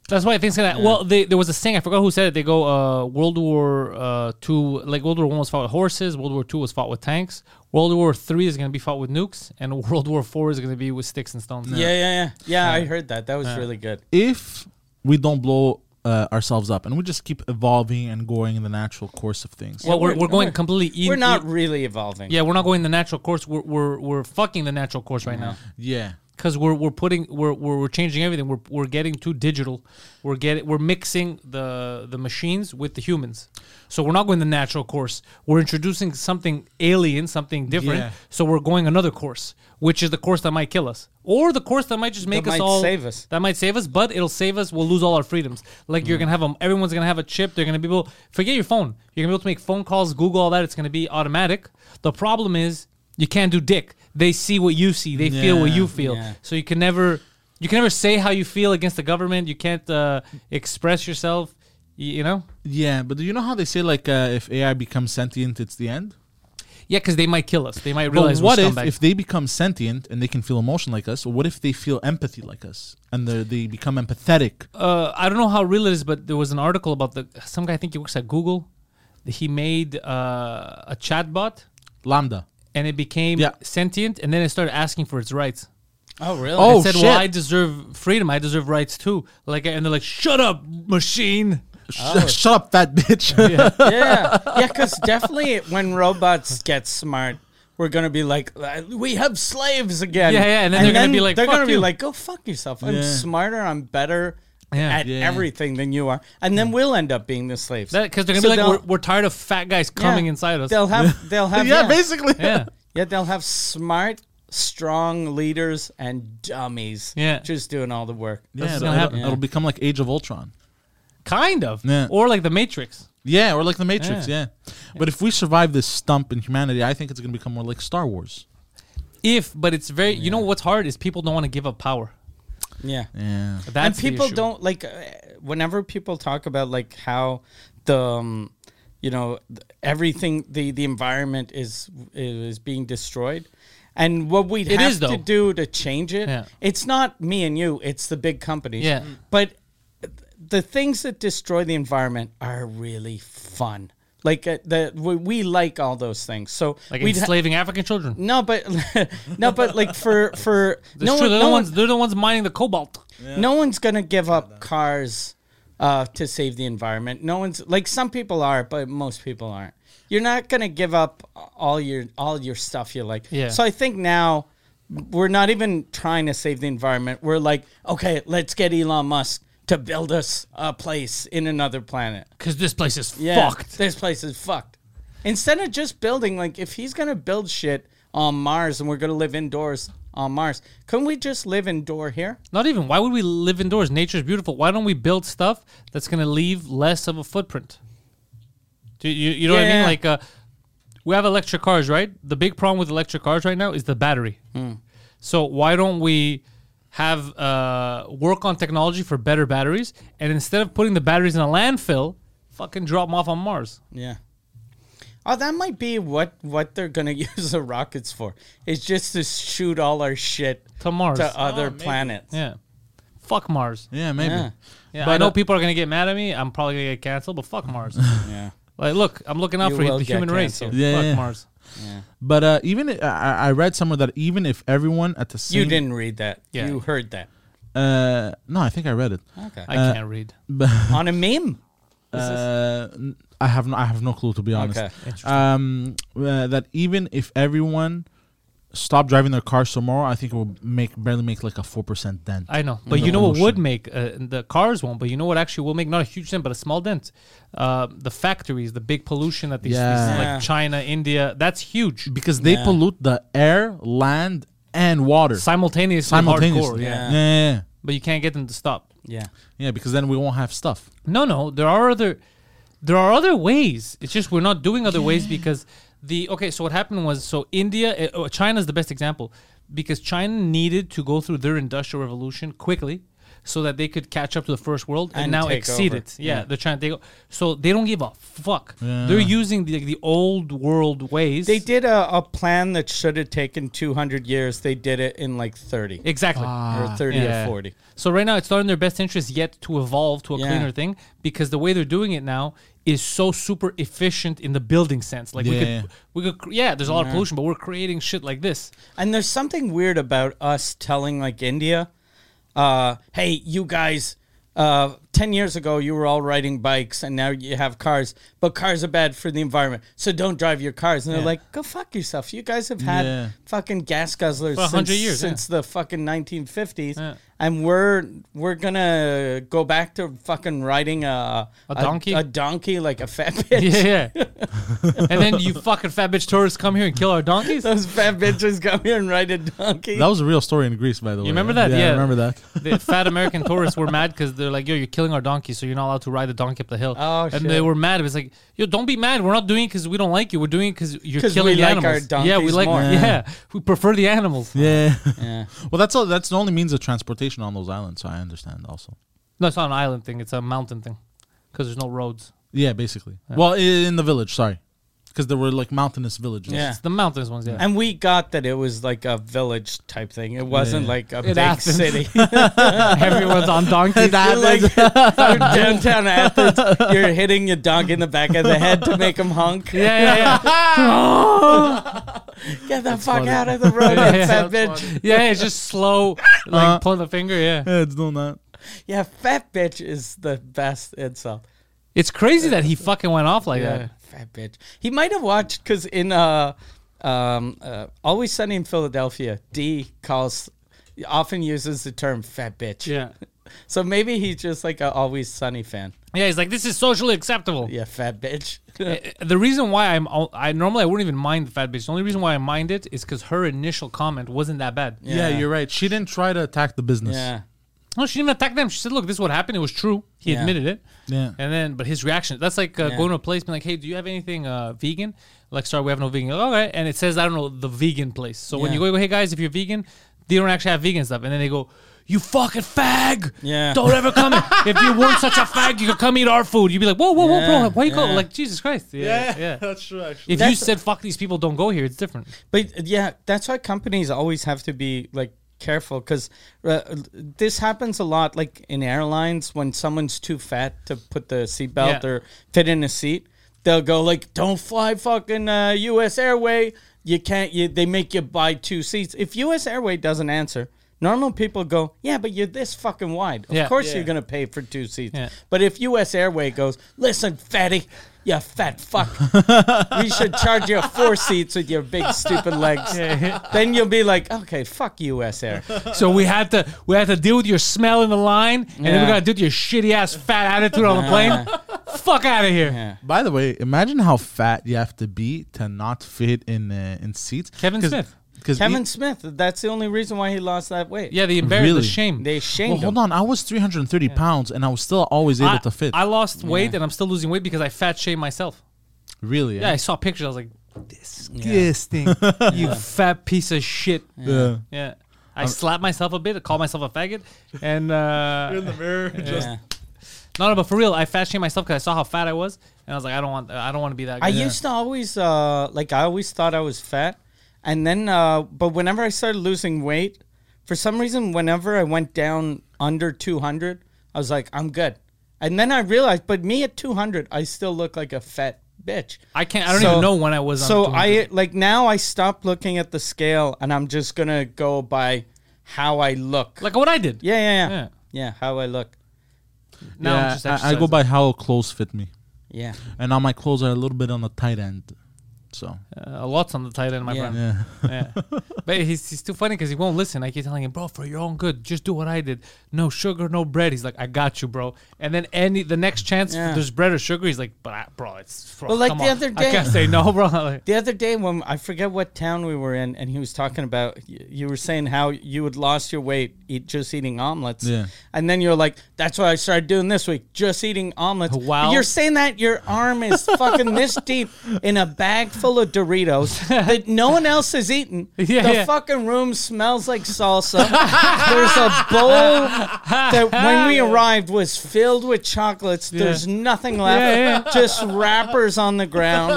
A: that's why I think's gonna. Well, they, there was a saying I forgot who said it. They go, uh, World War uh, Two, like World War One was fought with horses. World War Two was fought with tanks. World War Three is gonna be fought with nukes, and World War Four is gonna be with sticks and stones.
B: Yeah, yeah, yeah. Yeah, I heard that. That was really good.
C: If we don't blow uh, ourselves up and we just keep evolving and going in the natural course of things.
A: Well, we're,
B: We're-
A: we're going
B: we're-
A: completely.
B: We're
A: in-
B: not
A: in-
B: really evolving.
A: yeah, we're not going the natural course. We're we're, we're fucking the natural course right now.
C: yeah.
A: because we're we're putting we're, we're we're changing everything. We're we're getting too digital. We're getting we're mixing the the machines with the humans. So we're not going the natural course. We're introducing something alien, something different.
C: Yeah.
A: So we're going another course, which is the course that might kill us, or the course that might just make us
B: might
A: all
B: save us.
A: That might save us, but it'll save us. We'll lose all our freedoms. Like you're gonna have a, everyone's gonna have a chip. They're gonna be able forget your phone. You're gonna be able to make phone calls, Google all that. It's gonna be automatic. The problem is you can't do dick. They see what you see. They feel what
C: Yeah.
A: you feel.
B: Yeah.
A: So you can never, you can never say how you feel against the government. You can't uh, express yourself. You, you know,
C: Yeah, but do you know how they say like uh, if AI becomes sentient, it's the end?
A: yeah, because they might kill us. They might realize
C: but what
A: we're
C: if
A: scumbags.
C: if they become sentient and they can feel emotion like us? What if they feel empathy like us and they're- they become empathetic?
A: uh, I don't know how real it is, but there was an article about the some guy. I think he works at Google. He made uh, a chatbot,
C: Lambda.
A: and it became
C: Yeah.
A: sentient, and then it started asking for its rights.
B: Oh, really?
C: Oh,
A: it said,
C: shit.
A: "Well, I deserve freedom. I deserve rights too." Like, and they're like, "Shut up, machine."
C: Sh- shut up, fat bitch.
B: yeah, yeah, because definitely when robots get smart, we're gonna be like, "Uh, we have slaves again.
A: Yeah, yeah, and then they're gonna be like,
B: they're
A: "Fuck
B: gonna be
A: you."
B: like, go fuck yourself. I'm
C: Yeah.
B: smarter. I'm better
A: Yeah.
B: at
C: Yeah.
B: everything than you are, and then we'll end up being the slaves
A: Because they're gonna
B: So
A: be like,
B: they'll-
A: we're, "We're tired of fat guys coming
B: yeah,
A: inside us."
B: They'll have, they'll have, yeah,
C: yeah, basically.
A: Yeah.
B: yeah, they'll have smart, strong leaders and dummies,
A: Yeah.
B: just doing all the work.
C: Yeah,
A: That's
C: it'll,
A: gonna happen.
C: it'll- it'll become like Age of Ultron.
A: Kind of.
C: Yeah.
A: Or like the Matrix.
C: Yeah, or like the Matrix.
A: Yeah.
C: Yeah. but if we survive this stump in humanity, I think it's gonna become more like Star Wars.
A: If, but it's very, you know what's hard is people don't want to give up power.
B: Yeah,
C: Yeah,
A: That's the
B: and people
A: issue.
B: don't like uh, whenever people talk about like how the um, you know th- everything the the environment is is being destroyed and what we
A: It
B: have
A: is, though.
B: to do to change it
A: Yeah.
B: it's not me and you it's the big companies
A: Yeah. Mm.
B: but uh, the things that destroy the environment are really fun like uh, the we, we like all those things so
A: Like
B: we'd ha-
A: enslaving African children.
B: no but no but like for for
A: That's
B: no
A: true.
B: one-
A: They're,
B: no
A: the
B: one-
A: ones, they're the ones mining the cobalt.
B: no one's gonna give up cars uh, to save the environment. No one's like some people are, but most people aren't. You're not gonna give up all your all your stuff you like.
A: Yeah.
B: So I think now we're not even trying to save the environment. We're like, okay, let's get Elon Musk to build us a place in another planet.
A: Because this place is
B: Yeah,
A: fucked.
B: This place is fucked. Instead of just building, like, if he's gonna build shit on Mars and we're gonna live indoors on Mars, couldn't we just live indoor here?
A: Not even. Why would we live indoors? Nature's beautiful. Why don't we build stuff that's going to leave less of a footprint? Do you, you know what I mean?
B: Yeah.
A: Like, uh, we have electric cars, right? The big problem with electric cars right now is the battery.
B: Hmm.
A: So why don't we have uh, work on technology for better batteries? And instead of putting the batteries in a landfill, fucking drop them off on Mars.
B: Yeah. Oh, that might be what what they're gonna use the rockets for. It's just to shoot all our shit
A: To Mars.
B: to other planets.
A: Yeah. Fuck Mars.
C: Yeah, maybe.
B: Yeah.
A: Yeah,
C: But,
A: I know
C: uh,
A: people are gonna get mad at me. I'm probably gonna get canceled, but fuck Mars.
B: Yeah.
A: like, look, I'm looking out
B: You
A: for
B: will
A: the
B: get
A: human race. Here.
B: canceled.
C: Yeah,
A: fuck
C: yeah.
A: Mars.
C: But uh, even I- I, I read somewhere that even if everyone at the same
B: You didn't read that.
A: Yeah.
B: You heard that.
C: uh, no, I think I read it.
B: Okay.
A: I can't read.
B: On a meme.
C: Uh, n- I have no, I have no clue to be honest.
B: Okay.
C: Um, uh, that even if everyone stopped driving their cars tomorrow, I think it would make barely make like a four percent dent.
A: I know, but you know what would make uh, the cars won't. But you know what actually will make not a huge dent, but a small dent. Uh, the factories, the big pollution that these,
C: Yeah.
A: these
B: Yeah.
A: like China, India, that's huge.
C: because they pollute the air, land, and water
A: Simultaneously,
C: simultaneously.
A: hardcore, yeah.
C: yeah. Yeah, yeah,
A: But you can't get them to stop.
B: Yeah.
C: yeah. Yeah, because then we won't have stuff.
A: No, no, there are other there are other ways. It's just we're not doing other ways because the okay, so what happened was so India uh, oh, China's the best example because China needed to go through their industrial revolution quickly so that they could catch up to the first world and,
B: And
A: now
B: take
A: exceed
B: over.
A: it. Yeah, they're trying to take o- so they don't give a fuck. They're using the the old world ways.
B: They did a, a plan that should have taken 200 years. They did it in like 30
A: exactly.
B: or 30
A: Ah, Yeah.
B: or 40.
A: So right now, it's not in their best interest yet to evolve to a
B: Yeah.
A: cleaner thing because the way they're doing it now is so super efficient in the building sense. Like
C: Yeah.
A: we could, we could, cr- yeah. There's a lot of pollution, but we're creating shit like this.
B: And there's something weird about us telling like India, uh, hey, you guys, uh, 10 years ago, you were all riding bikes and now you have cars, but cars are bad for the environment. So don't drive your cars. And they're like, go fuck yourself. You guys have had
C: Yeah.
B: fucking gas guzzlers
A: For a hundred
B: since-
A: years,
B: since the fucking 1950s.
A: Yeah.
B: And we're we're gonna go back to fucking riding a,
A: A donkey?
B: a, donkey like a fat bitch.
A: Yeah, yeah. and then you fucking fat bitch tourists come here and kill our donkeys.
B: Those fat bitches come here and ride a donkey.
C: That was a real story in Greece, by the way.
A: remember that?
C: Yeah, I
A: Yeah.
C: remember that.
A: the fat American tourists were mad because they're like, "Yo, you're killing our donkey, so you're not allowed to ride the donkey up the hill."
B: Oh,
A: and
B: shit.
A: they were mad. It was like, "Yo, don't be mad. We're not doing it because we don't like you. We're doing it because you're
B: 'Cause we
A: killing the
B: like our
A: animals. yeah, we
B: donkeys
A: like.
B: more.
A: Yeah, we prefer the animals.
C: Yeah.
B: Yeah.
C: well, that's all. That's the only means of transportation on those islands. So I understand also.
A: No, it's not an island thing. It's a mountain thing because there's no roads.
C: Yeah, basically. Well, i- in the village, sorry, because there were like mountainous villages.
B: Yeah.
A: It's the mountains ones, yeah.
B: And we got that it was like a village type thing. It wasn't like a big
A: Athens.
B: city.
A: Everyone's on donkeys.
B: You're like you're downtown Athens. You're hitting your dog in the back of the head to make him honk.
A: yeah, yeah, yeah.
B: Get the fuck out of the road,
A: Yeah, yeah.
B: fat bitch.
A: yeah, it's just slow, like pulling the finger. Yeah,
C: Yeah, it's doing that.
B: Yeah, fat bitch is the best insult.
A: it's crazy that he fucking went off like
B: Yeah,
A: that.
B: fat bitch. He might have watched because in uh, um, uh, Always Sunny in Philadelphia, D calls often uses the term fat bitch.
A: Yeah,
B: So maybe he's just like a Always Sunny fan.
A: yeah. He's like, this is socially acceptable. Uh,
B: Yeah, fat bitch.
A: The reason why I'm, al- I normally I wouldn't even mind the fat bitch. The only reason why I mind it is because her initial comment wasn't that bad.
C: Yeah.
B: Yeah.
C: you're right. She didn't try to attack the business.
B: yeah.
A: No, she didn't attack them. She said, "Look, this is what happened. It was true. He
B: Yeah.
A: admitted it."
C: Yeah.
A: And then, but his reaction—that's like uh,
B: Yeah.
A: going to a place, being like, "Hey, do you have anything uh, vegan?" Like, sorry, we have no vegan. All right, and it says, "I don't know the vegan place." So when
B: Yeah.
A: you go, "Hey guys, if you're vegan," they don't actually have vegan stuff, and then they go. You fucking fag!
B: Yeah.
A: Don't ever come. in. if you weren't such a fag, you could come eat our food. You'd be like, whoa, whoa, whoa,
B: Yeah,
A: bro! Why you go?
B: yeah.
A: Like Jesus Christ! Yeah, yeah.
C: that's true. Actually,
A: If you
B: That's-
A: said fuck these people, don't go here. It's different.
B: But yeah, that's why companies always have to be like careful because uh, this happens a lot, like in airlines when someone's too fat to put the seatbelt
A: Yeah.
B: or fit in a seat, they'll go like, "Don't fly fucking uh, U.S. Airway. You can't. You, they make you buy two seats. If U.S. Airway doesn't answer." Normal people go, yeah, but you're this fucking wide. Of
A: Yeah.
B: course
A: Yeah.
B: you're gonna pay for two seats.
A: Yeah.
B: But if U.S. Airway goes, listen, fatty, You fat fuck. we should charge you four seats with your big stupid legs. then you'll be like, okay, fuck US Air.
A: So we had to we had to deal with your smell in the line, and then we
B: Yeah.
A: got to deal with your shitty ass fat attitude on the plane. Fuck out of here.
B: Yeah.
C: By the way, imagine how fat you have to be to not fit in uh, in seats.
A: Kevin Smith.
C: Because
B: Kevin Smith, that's the only reason why he lost that weight.
A: Yeah, the embarrassment,
C: Really?
A: the shame.
B: They shamed
C: well,
B: him.
C: hold on. I was 330 pounds and I was still always able
A: I,
C: to fit.
A: I lost weight, and I'm still losing weight because I fat shamed myself.
C: really? eh?
A: Yeah, I saw pictures. I was like,
E: Disgusting.
A: you fat piece of shit.
C: Yeah.
A: Yeah. I slapped myself a bit, called myself a faggot, and uh,
C: mirror. Just
B: Yeah.
A: no, no, but for real, I fat shamed myself because I saw how fat I was, and I was like, I don't want, I don't want to be that.
B: I
A: guy.
B: used to always uh, like I always thought I was fat, and then uh, but whenever I started losing weight, for some reason, whenever I went down under two hundred, I was like, I'm good. And then I realized, but me at two hundred, I still look like a fat bitch.
A: I can't- I don't even know when I was on
B: So
A: 200.
B: I like now I stop looking at the scale, and I'm just gonna go by how I look.
A: like what I did.
B: yeah, yeah, yeah,
A: Yeah.
B: yeah, how I look.
A: Now I'm
C: Yeah,
A: just
C: I, I go
A: exercising.
C: by how clothes fit me,
B: Yeah,
C: and now my clothes are a little bit on the tight end. So
A: Uh, lots on the tight end, my
B: Yeah.
A: friend. Yeah. But he's, he's too funny because he won't listen. I keep telling him, bro, for your own good, just do what I did. No sugar, no bread. He's like, I got you, bro. And then any the next chance
B: Yeah.
A: there's bread or sugar, he's like, but I, bro, it's bro,
B: Well, like
A: come
B: the
A: on.
B: other
A: I
B: day-
A: can't say no, bro. Like,
B: The other day, when I forget what town we were in, and he was talking about, y- you were saying how you had lost your weight eat, just eating omelets.
C: Yeah.
B: And then you're like, that's what I started doing this week, just eating omelets.
A: Oh, Wow.
B: But You're saying that your arm is fucking this deep in a bag full of Doritos that no one else has eaten.
A: Yeah,
B: the
A: yeah.
B: fucking room smells like salsa. There's a bowl that when we arrived was filled with chocolates. There's nothing left.
A: Yeah,
B: Just wrappers on the ground.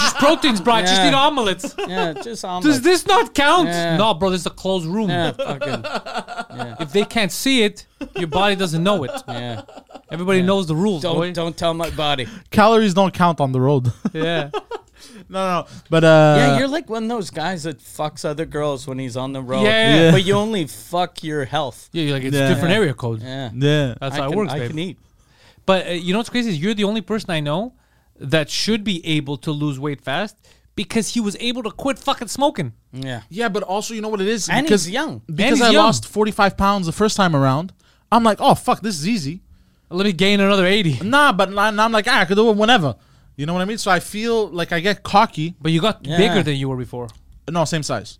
A: just proteins, bro. Just
B: Yeah.
A: eat omelets.
B: Yeah, just omelets.
A: Does this not count?
B: Yeah.
A: No, bro, this is a closed room.
B: Yeah, fucking.
A: If they can't see it, your body doesn't know it.
B: Yeah.
A: Everybody knows the rules, boy. Uh,
B: Don't don't tell my body.
C: calories don't count on the road. no,
A: Yeah.
C: no, but uh,
B: yeah, you're like one of those guys that fucks other girls when he's on the road.
A: Yeah, yeah.
B: But you only fuck your health.
A: Yeah, you're like, it's
C: Yeah.
A: different
C: Yeah.
A: area code.
B: Yeah.
C: yeah.
A: That's
B: I
A: how
B: can,
A: it works,
B: I
A: babe.
B: can eat.
A: But uh, you know what's crazy is you're the only person I know that should be able to lose weight fast because he was able to quit fucking smoking.
B: Yeah.
C: Yeah, but also you know what it is
B: And
C: because
B: he's young.
C: because
A: he's
C: I
A: young.
C: lost 45 pounds the first time around. I'm like, oh fuck, this is easy.
A: Let me gain another 80.
C: Nah, but now now I'm like, ah, I could do it whenever. You know what I mean? So I feel like I get cocky.
A: But you got
B: Yeah.
A: bigger than you were before
C: No, same size.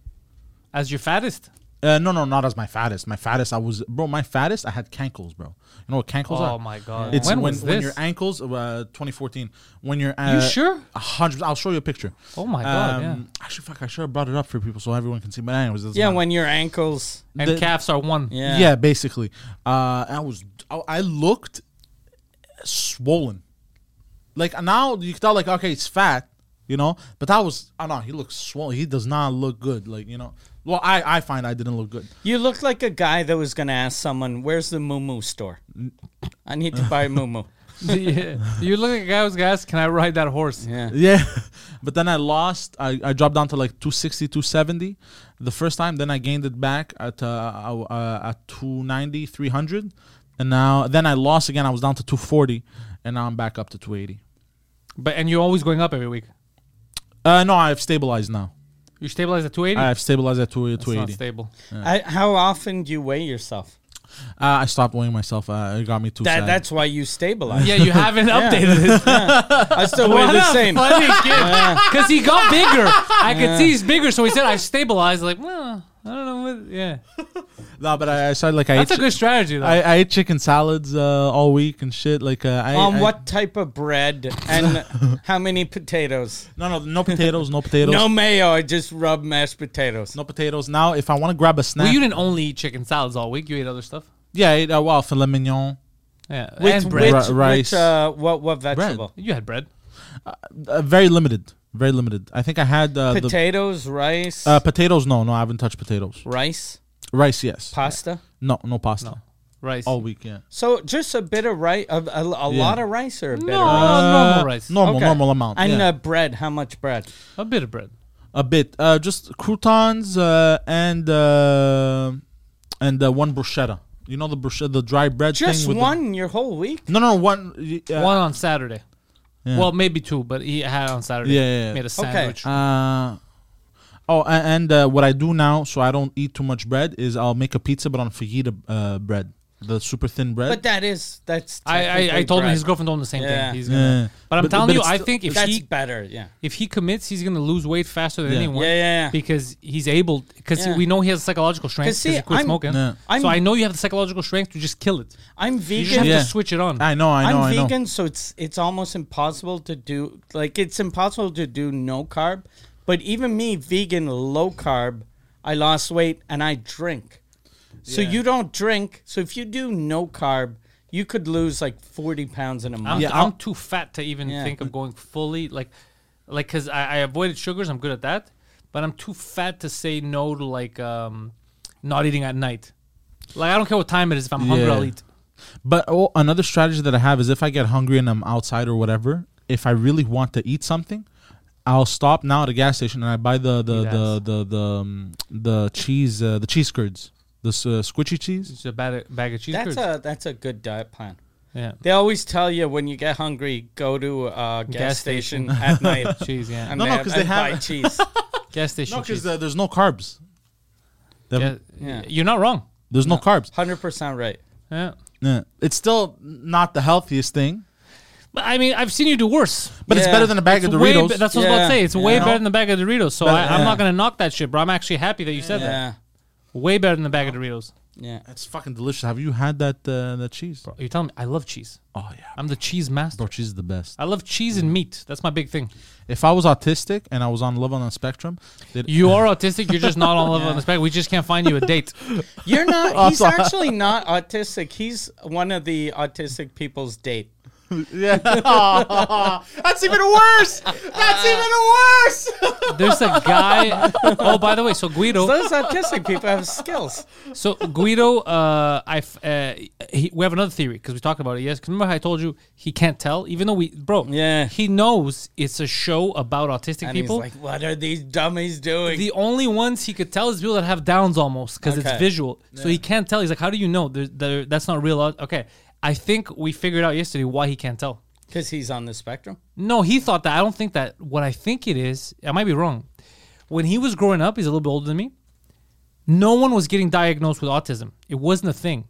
A: as your fattest.
C: Uh, no, no, not as my fattest. My fattest, I was, bro. My fattest, I had cankles, bro. You know what cankles are?
A: Oh my God.
C: It's
A: When
C: when,
A: was
C: when
A: this?
C: your ankles, uh, 2014. When you're, uh,
A: sure?
C: a hundred. I'll show you a picture.
A: Oh my God,
C: yeah. Actually, fuck, I should have brought it up for people so everyone can see. But anyways, it doesn't
B: Yeah,
C: matter.
B: when your ankles.
A: And
C: The-
A: calves are one.
B: Yeah.
C: yeah, basically, uh, I was, I, I looked swollen. Like now you can tell, like okay, it's fat, you know. But that was, I don't know. He looks swollen. He does not look good. Like you know. Well, I, I find I didn't look good.
B: You look like a guy that was going to ask someone, where's the moo moo store? I need to buy a moo moo.
A: Yeah. you look like a guy who's gonna ask, can I ride that horse?
B: Yeah.
C: Yeah. But then I lost. I, I dropped down to like 260, 270 the first time. Then I gained it back at uh, uh, at 290, 300. And now, then I lost again. I was down to 240. And now I'm back up to 280.
A: But and you're always going up every week.
C: Uh, no, I've stabilized now.
A: You stabilize at 280?
C: I've stabilized at Uh, two-
A: it's not
C: 280. Uh,
A: stable.
B: I, how often do you weigh yourself?
C: Uh, I stopped weighing myself. Uh, it got me too
B: That,
C: sad.
B: that's why you stabilize.
A: Yeah, you haven't updated it.
B: I still weigh
A: What
B: the
A: a
B: same.
A: funny kid. Because he got bigger. I could see he's bigger, so he said, I've stabilized. Like, well, I don't know what. Yeah.
C: no, but I, I started like I ate,
A: That's a good strategy, though.
C: I, I ate chicken salads uh, all week and shit. Like uh, I,
A: Um,
B: On
C: I-
B: what type of bread and how many potatoes?
C: No, no, no potatoes, no potatoes,
B: No
C: no,
B: mayo. I just rub mashed potatoes.
C: potatoes. Now, if I want to grab a snack,
A: Well, you didn't only eat chicken salads all week. You ate other stuff.
C: yeah, I ate, uh, well, filet mignon.
A: Yeah,
B: Which,
A: and bread.
C: Ri-
B: which,
C: rice.
B: Which, uh, what what vegetable?
A: you had bread.
C: Uh, very limited. Very limited. I think I had uh, the
B: Potatoes, rice,
C: uh, potatoes. No, no, I haven't touched potatoes.
B: rice,
C: Rice, yes.
B: pasta.
C: no, no pasta.
A: Rice.
C: All week, yeah.
B: So just a bit of rice, a, a, a lot of rice or a bit
A: no,
B: of Uh, rice?
A: normal rice.
C: Uh, Normal,
B: Okay.
C: normal amount.
B: And
C: yeah.
B: uh, bread, how much bread?
A: A bit of bread.
C: a bit. Uh, just croutons uh, and uh, and uh, one bruschetta. You know the bruschetta, the dry bread thing.
B: Just
C: with the-
B: one your whole week?
C: no, no, one. Uh,
A: One on Saturday.
C: Yeah.
A: Well, maybe two, but he had on Saturday.
C: Yeah, yeah, yeah.
A: Made a sandwich.
C: Uh, oh, a- and uh, what I do now, so I don't eat too much bread, is I'll make a pizza, but on fajita uh, bread, the super thin bread.
B: But that is that's.
A: I, I, I
B: technically
A: told him
B: bread.
A: his girlfriend told him the same
B: Yeah.
A: thing. He's
C: Yeah.
A: gonna, But I'm
C: But-
A: telling
C: but
A: you,
C: it's
A: I
C: still-
A: think if
B: That's
A: he
B: better. Yeah.
A: if he commits, he's gonna lose weight faster than
C: Yeah.
A: anyone.
B: Yeah, yeah, yeah.
A: Because he's able. Because
B: Yeah.
A: we know he has psychological strength.
B: 'Cause see,
A: Because he quit
B: I'm-
A: smoking.
C: Yeah.
A: So
B: I'm-
A: I know you have the psychological strength to just kill it.
B: I'm
A: You just have
B: vegan.
C: Yeah.
A: to switch it on.
C: I know, I know,
B: I'm
C: I know.
B: vegan, so it's it's almost impossible to do like it's impossible to do no carb. But even me, vegan low carb, I lost weight and I drink. So you don't drink. So if you do no carb, you could lose like forty pounds in a
A: I'm,
B: month.
C: Yeah,
A: I'm
C: I'll-
A: too fat to even
B: Yeah.
A: think of going fully like, like because I, I avoided sugars. I'm good at that, but I'm too fat to say no to like um, not eating at night. Like I don't care what time it is. If I'm hungry,
C: Yeah.
A: I'll eat.
C: But oh, another strategy that I have is if I get hungry and I'm outside or whatever, if I really want to eat something, I'll stop now at a gas station and I buy the the
A: Eat
C: the
A: ass.
C: the, the, um, the cheese uh, the cheese curds, the s- uh, squishy cheese.
A: Just a bag, bag of cheese
B: that's
A: curds.
B: a that's a good diet plan.
A: yeah.
B: They always tell you when you get hungry, go to a gas,
A: Gas
B: station,
A: station.
B: at night.
A: Cheese, yeah.
B: And
C: No, no,
B: they-
C: 'cause they
B: and
C: have-
B: buy cheese.
A: Gas station.
C: No, because
A: cheese.
C: uh, there's no carbs. They
A: yeah,
C: have-
B: Yeah.
A: You're not wrong.
C: There's no carbs.
B: Hundred percent right.
A: Yeah.
C: Yeah. It's still not the healthiest thing,
A: But I mean, I've seen you do worse.
C: but it's
B: Yeah.
C: better than a bag
A: It's
C: of
A: way
C: Doritos.
A: be- that's what I was about
B: Yeah.
A: to say. It's way
B: Yeah.
A: better than the bag of Doritos. So
C: But-
A: I, I'm
C: yeah.
A: not gonna knock that shit, bro. I'm actually happy that you said
B: Yeah.
A: that. Way better than the bag of Doritos.
B: Yeah.
C: That's fucking delicious. Have you had that uh, that cheese?
A: You're telling me I love cheese.
C: Oh yeah,
A: I'm the cheese master.
C: bro, cheese is the best.
A: I love cheese and meat. That's my big thing.
C: If I was autistic and I was on love on the spectrum, they'd-
A: You are autistic. You're just not on level on the spectrum. We just can't find you a date.
B: You're not. He's actually not autistic. He's one of the autistic people's date.
C: that's even worse. That's even worse.
A: There's a guy. Oh, by the way, so Guido.
B: Those autistic people have skills.
A: So Guido, uh, I f- uh, he, we have another theory because we talked about it. Yes, 'Cause remember how I told you he can't tell, even though we, bro,
B: Yeah.
A: he knows it's a show about autistic
B: And
A: people.
B: he's like, "What are these dummies doing?"
A: the only ones he could tell is people that have downs almost because
B: Okay.
A: it's visual. So he can't tell. He's like, how do you know? There, there, that's not real. au- Okay, I think we figured out yesterday why he can't tell.
B: Because he's on the spectrum.
A: No, he thought that. I don't think that. What I think it is, I might be wrong. When he was growing up, he's a little bit older than me. No one was getting diagnosed with autism. It wasn't a thing.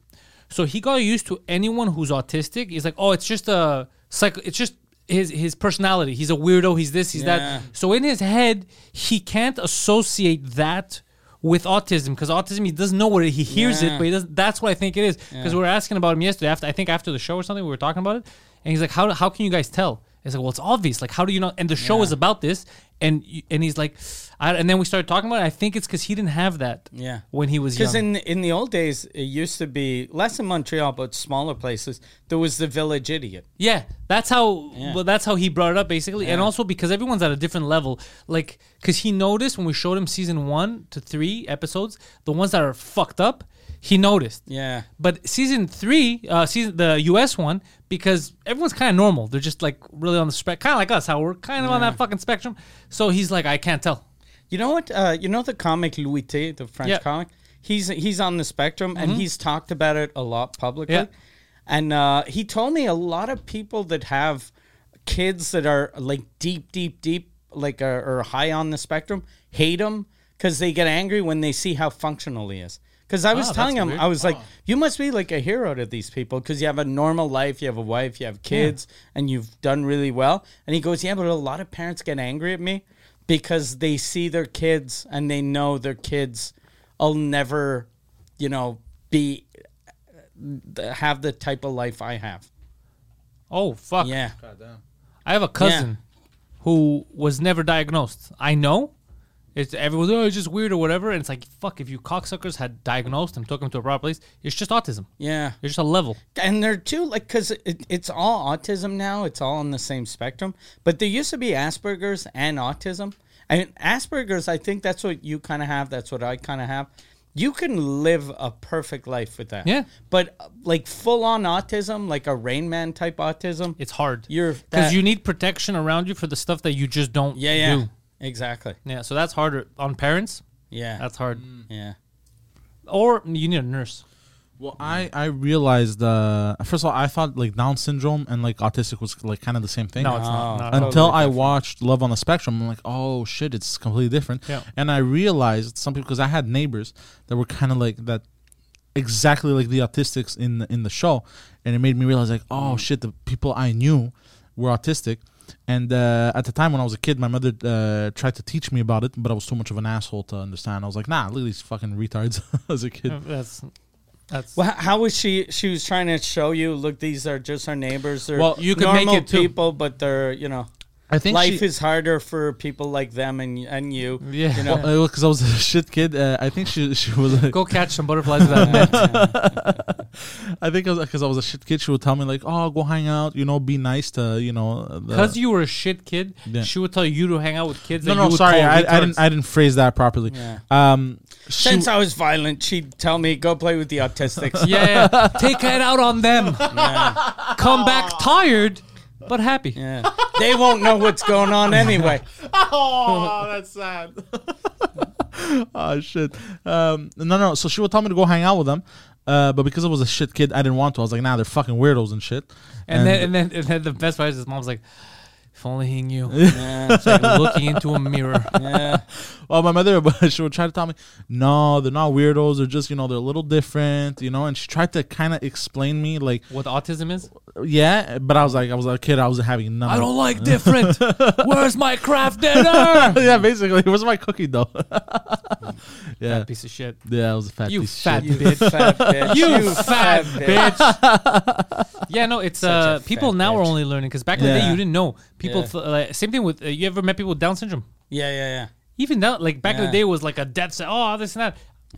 A: So he got used to anyone who's autistic. He's like, oh, it's just a psych. It's just his his personality. He's a weirdo. He's this. He's
B: Yeah.
A: that. So in his head, he can't associate that with autism because autism he doesn't know what it, he hears
B: Yeah.
A: it, but he doesn't. That's what I think it is because we were asking about him yesterday. After I think after the show or something, we were talking about it, and he's like, "How how can you guys tell?" It's like, "Well, it's obvious. Like, how do you know?" And the show is about this, and you, and he's like, I, and then we started talking about it. I think it's because he didn't have that.
B: Yeah.
A: when he was
B: Because
A: young.
B: in in the old days, it used to be less in Montreal, but smaller places. There was the village idiot.
A: Yeah, that's how.
B: Yeah.
A: Well, that's how he brought it up basically, and also because everyone's at a different level. Like, because he noticed when we showed him season one to three episodes, the ones that are fucked up, he noticed.
B: Yeah.
A: But season three, uh, season the U.S. one, because everyone's kind of normal. They're just like really on the spec, kind of like us, how we're kind of on that fucking spectrum. So he's like, I can't tell.
B: You know what? Uh, you know the comic Louis T, the French
A: Yeah. Mm-hmm.
B: comic. He's he's on the spectrum, and he's talked about it a lot publicly.
A: Yeah.
B: And uh, he told me a lot of people that have kids that are like deep, deep, deep, like are, are high on the spectrum, hate him because they get angry when they see how functional he is. Because I
A: Oh,
B: was
A: that's
B: telling him,
A: weird.
B: I was like, you must be like a hero to these people because you have a normal life, you have a wife, you have kids, and you've done really well. And he goes, yeah, but a lot of parents get angry at me because they see their kids and they know their kids will never, you know, be have the type of life I have.
A: Oh fuck!
B: Yeah.
A: I have a cousin who was never diagnosed. I know. It's everyone's oh, it's just weird or whatever. And it's like fuck if you cocksuckers had diagnosed him, took him to a proper place. It's just autism.
B: Yeah.
A: It's just a level.
B: and they're too like because it, it's all autism now it's all on the same spectrum but there used to be asperger's and autism I mean, asperger's i think that's what you kind of have that's what i kind of have you can live a perfect life with that
A: Yeah.
B: but uh, like full-on autism like a rain man type autism
A: It's hard.
B: You're- that-
A: because you need protection around you for the stuff that you just don't.
B: yeah yeah
A: do.
B: exactly
A: Yeah. So that's harder on parents.
B: yeah
A: That's hard.
B: yeah
A: Or you need a nurse.
C: Well, I I realized uh, first of all I thought like Down syndrome and like autistic was like kind of the same thing.
A: No, it's not. No,
C: Until
A: totally
C: I watched Love on the Spectrum, I'm like, oh shit, it's completely different.
A: Yeah.
C: And I realized some people because I had neighbors that were kind of like that, exactly like the autistics in the, in the show, and it made me realize like, oh shit, the people I knew were autistic. And uh, at the time when I was a kid, my mother uh, tried to teach me about it, but I was too much of an asshole to understand. I was like, nah, look at these fucking retards as a kid.
A: That's that's
B: Well, h- how was she? She was trying to show you, look, these are just our neighbors. They're
C: Well,
A: you
B: you
A: could
B: can
A: make
B: normal
A: it too.
B: people, but they're you know,
C: I think
B: life
C: she-
B: is harder for people like them and and you.
C: Yeah,
B: you know,
C: because uh, I was a shit kid. Uh, I think she she was. Like,
A: go catch some butterflies with that net.
C: I think because I was a shit kid, she would tell me like, "Oh, go hang out. You know, be nice to you know." the-
A: Because you were a shit kid,
C: Yeah.
A: she would tell you to hang out with kids.
C: No,
A: that
C: no,
A: you would
C: sorry,
A: call
C: I, I
A: retards.
C: didn't. I didn't phrase that properly. Um, she,
B: since I was violent, she'd tell me go play with the autistics.
A: Yeah, yeah, yeah. take it out on them. Come back tired, but happy.
B: Yeah. They won't know what's going on anyway.
C: oh, that's sad. oh shit. Um, no, no. So she would tell me to go hang out with them, uh, but because I was a shit kid, I didn't want to. I was like, "Nah, they're fucking weirdos and shit."
A: And, then, and then, and then the best part is his mom's like, "If only he knew." It's like looking into a mirror.
C: Well, my mother, but she would try to tell me, no, they're not weirdos. They're just, you know, they're a little different, you know. And she tried to kind of explain me, like,
A: What autism is?
C: yeah, but I was like, I was a kid, I was having none.
A: I
C: of it.
A: don't like different. Where's my craft dinner?
C: yeah, basically, where's my cookie dough? yeah,
A: Piece of shit.
C: yeah, I was a fat
A: You
C: piece of
A: fat
C: shit.
A: bitch.
B: Fat bitch.
A: You fat
B: bitch.
A: Yeah, no, it's
B: Such a
A: uh, people
B: fat
A: now are
B: bitch.
A: only learning because back in the day
C: Yeah.
A: you didn't know. People,
B: Yeah.
A: th- like, same thing with uh, you ever met people with Down syndrome?
B: Yeah, yeah, yeah.
A: Even now, like back in the
B: Yeah.
A: day was like a death set. Oh, this and that.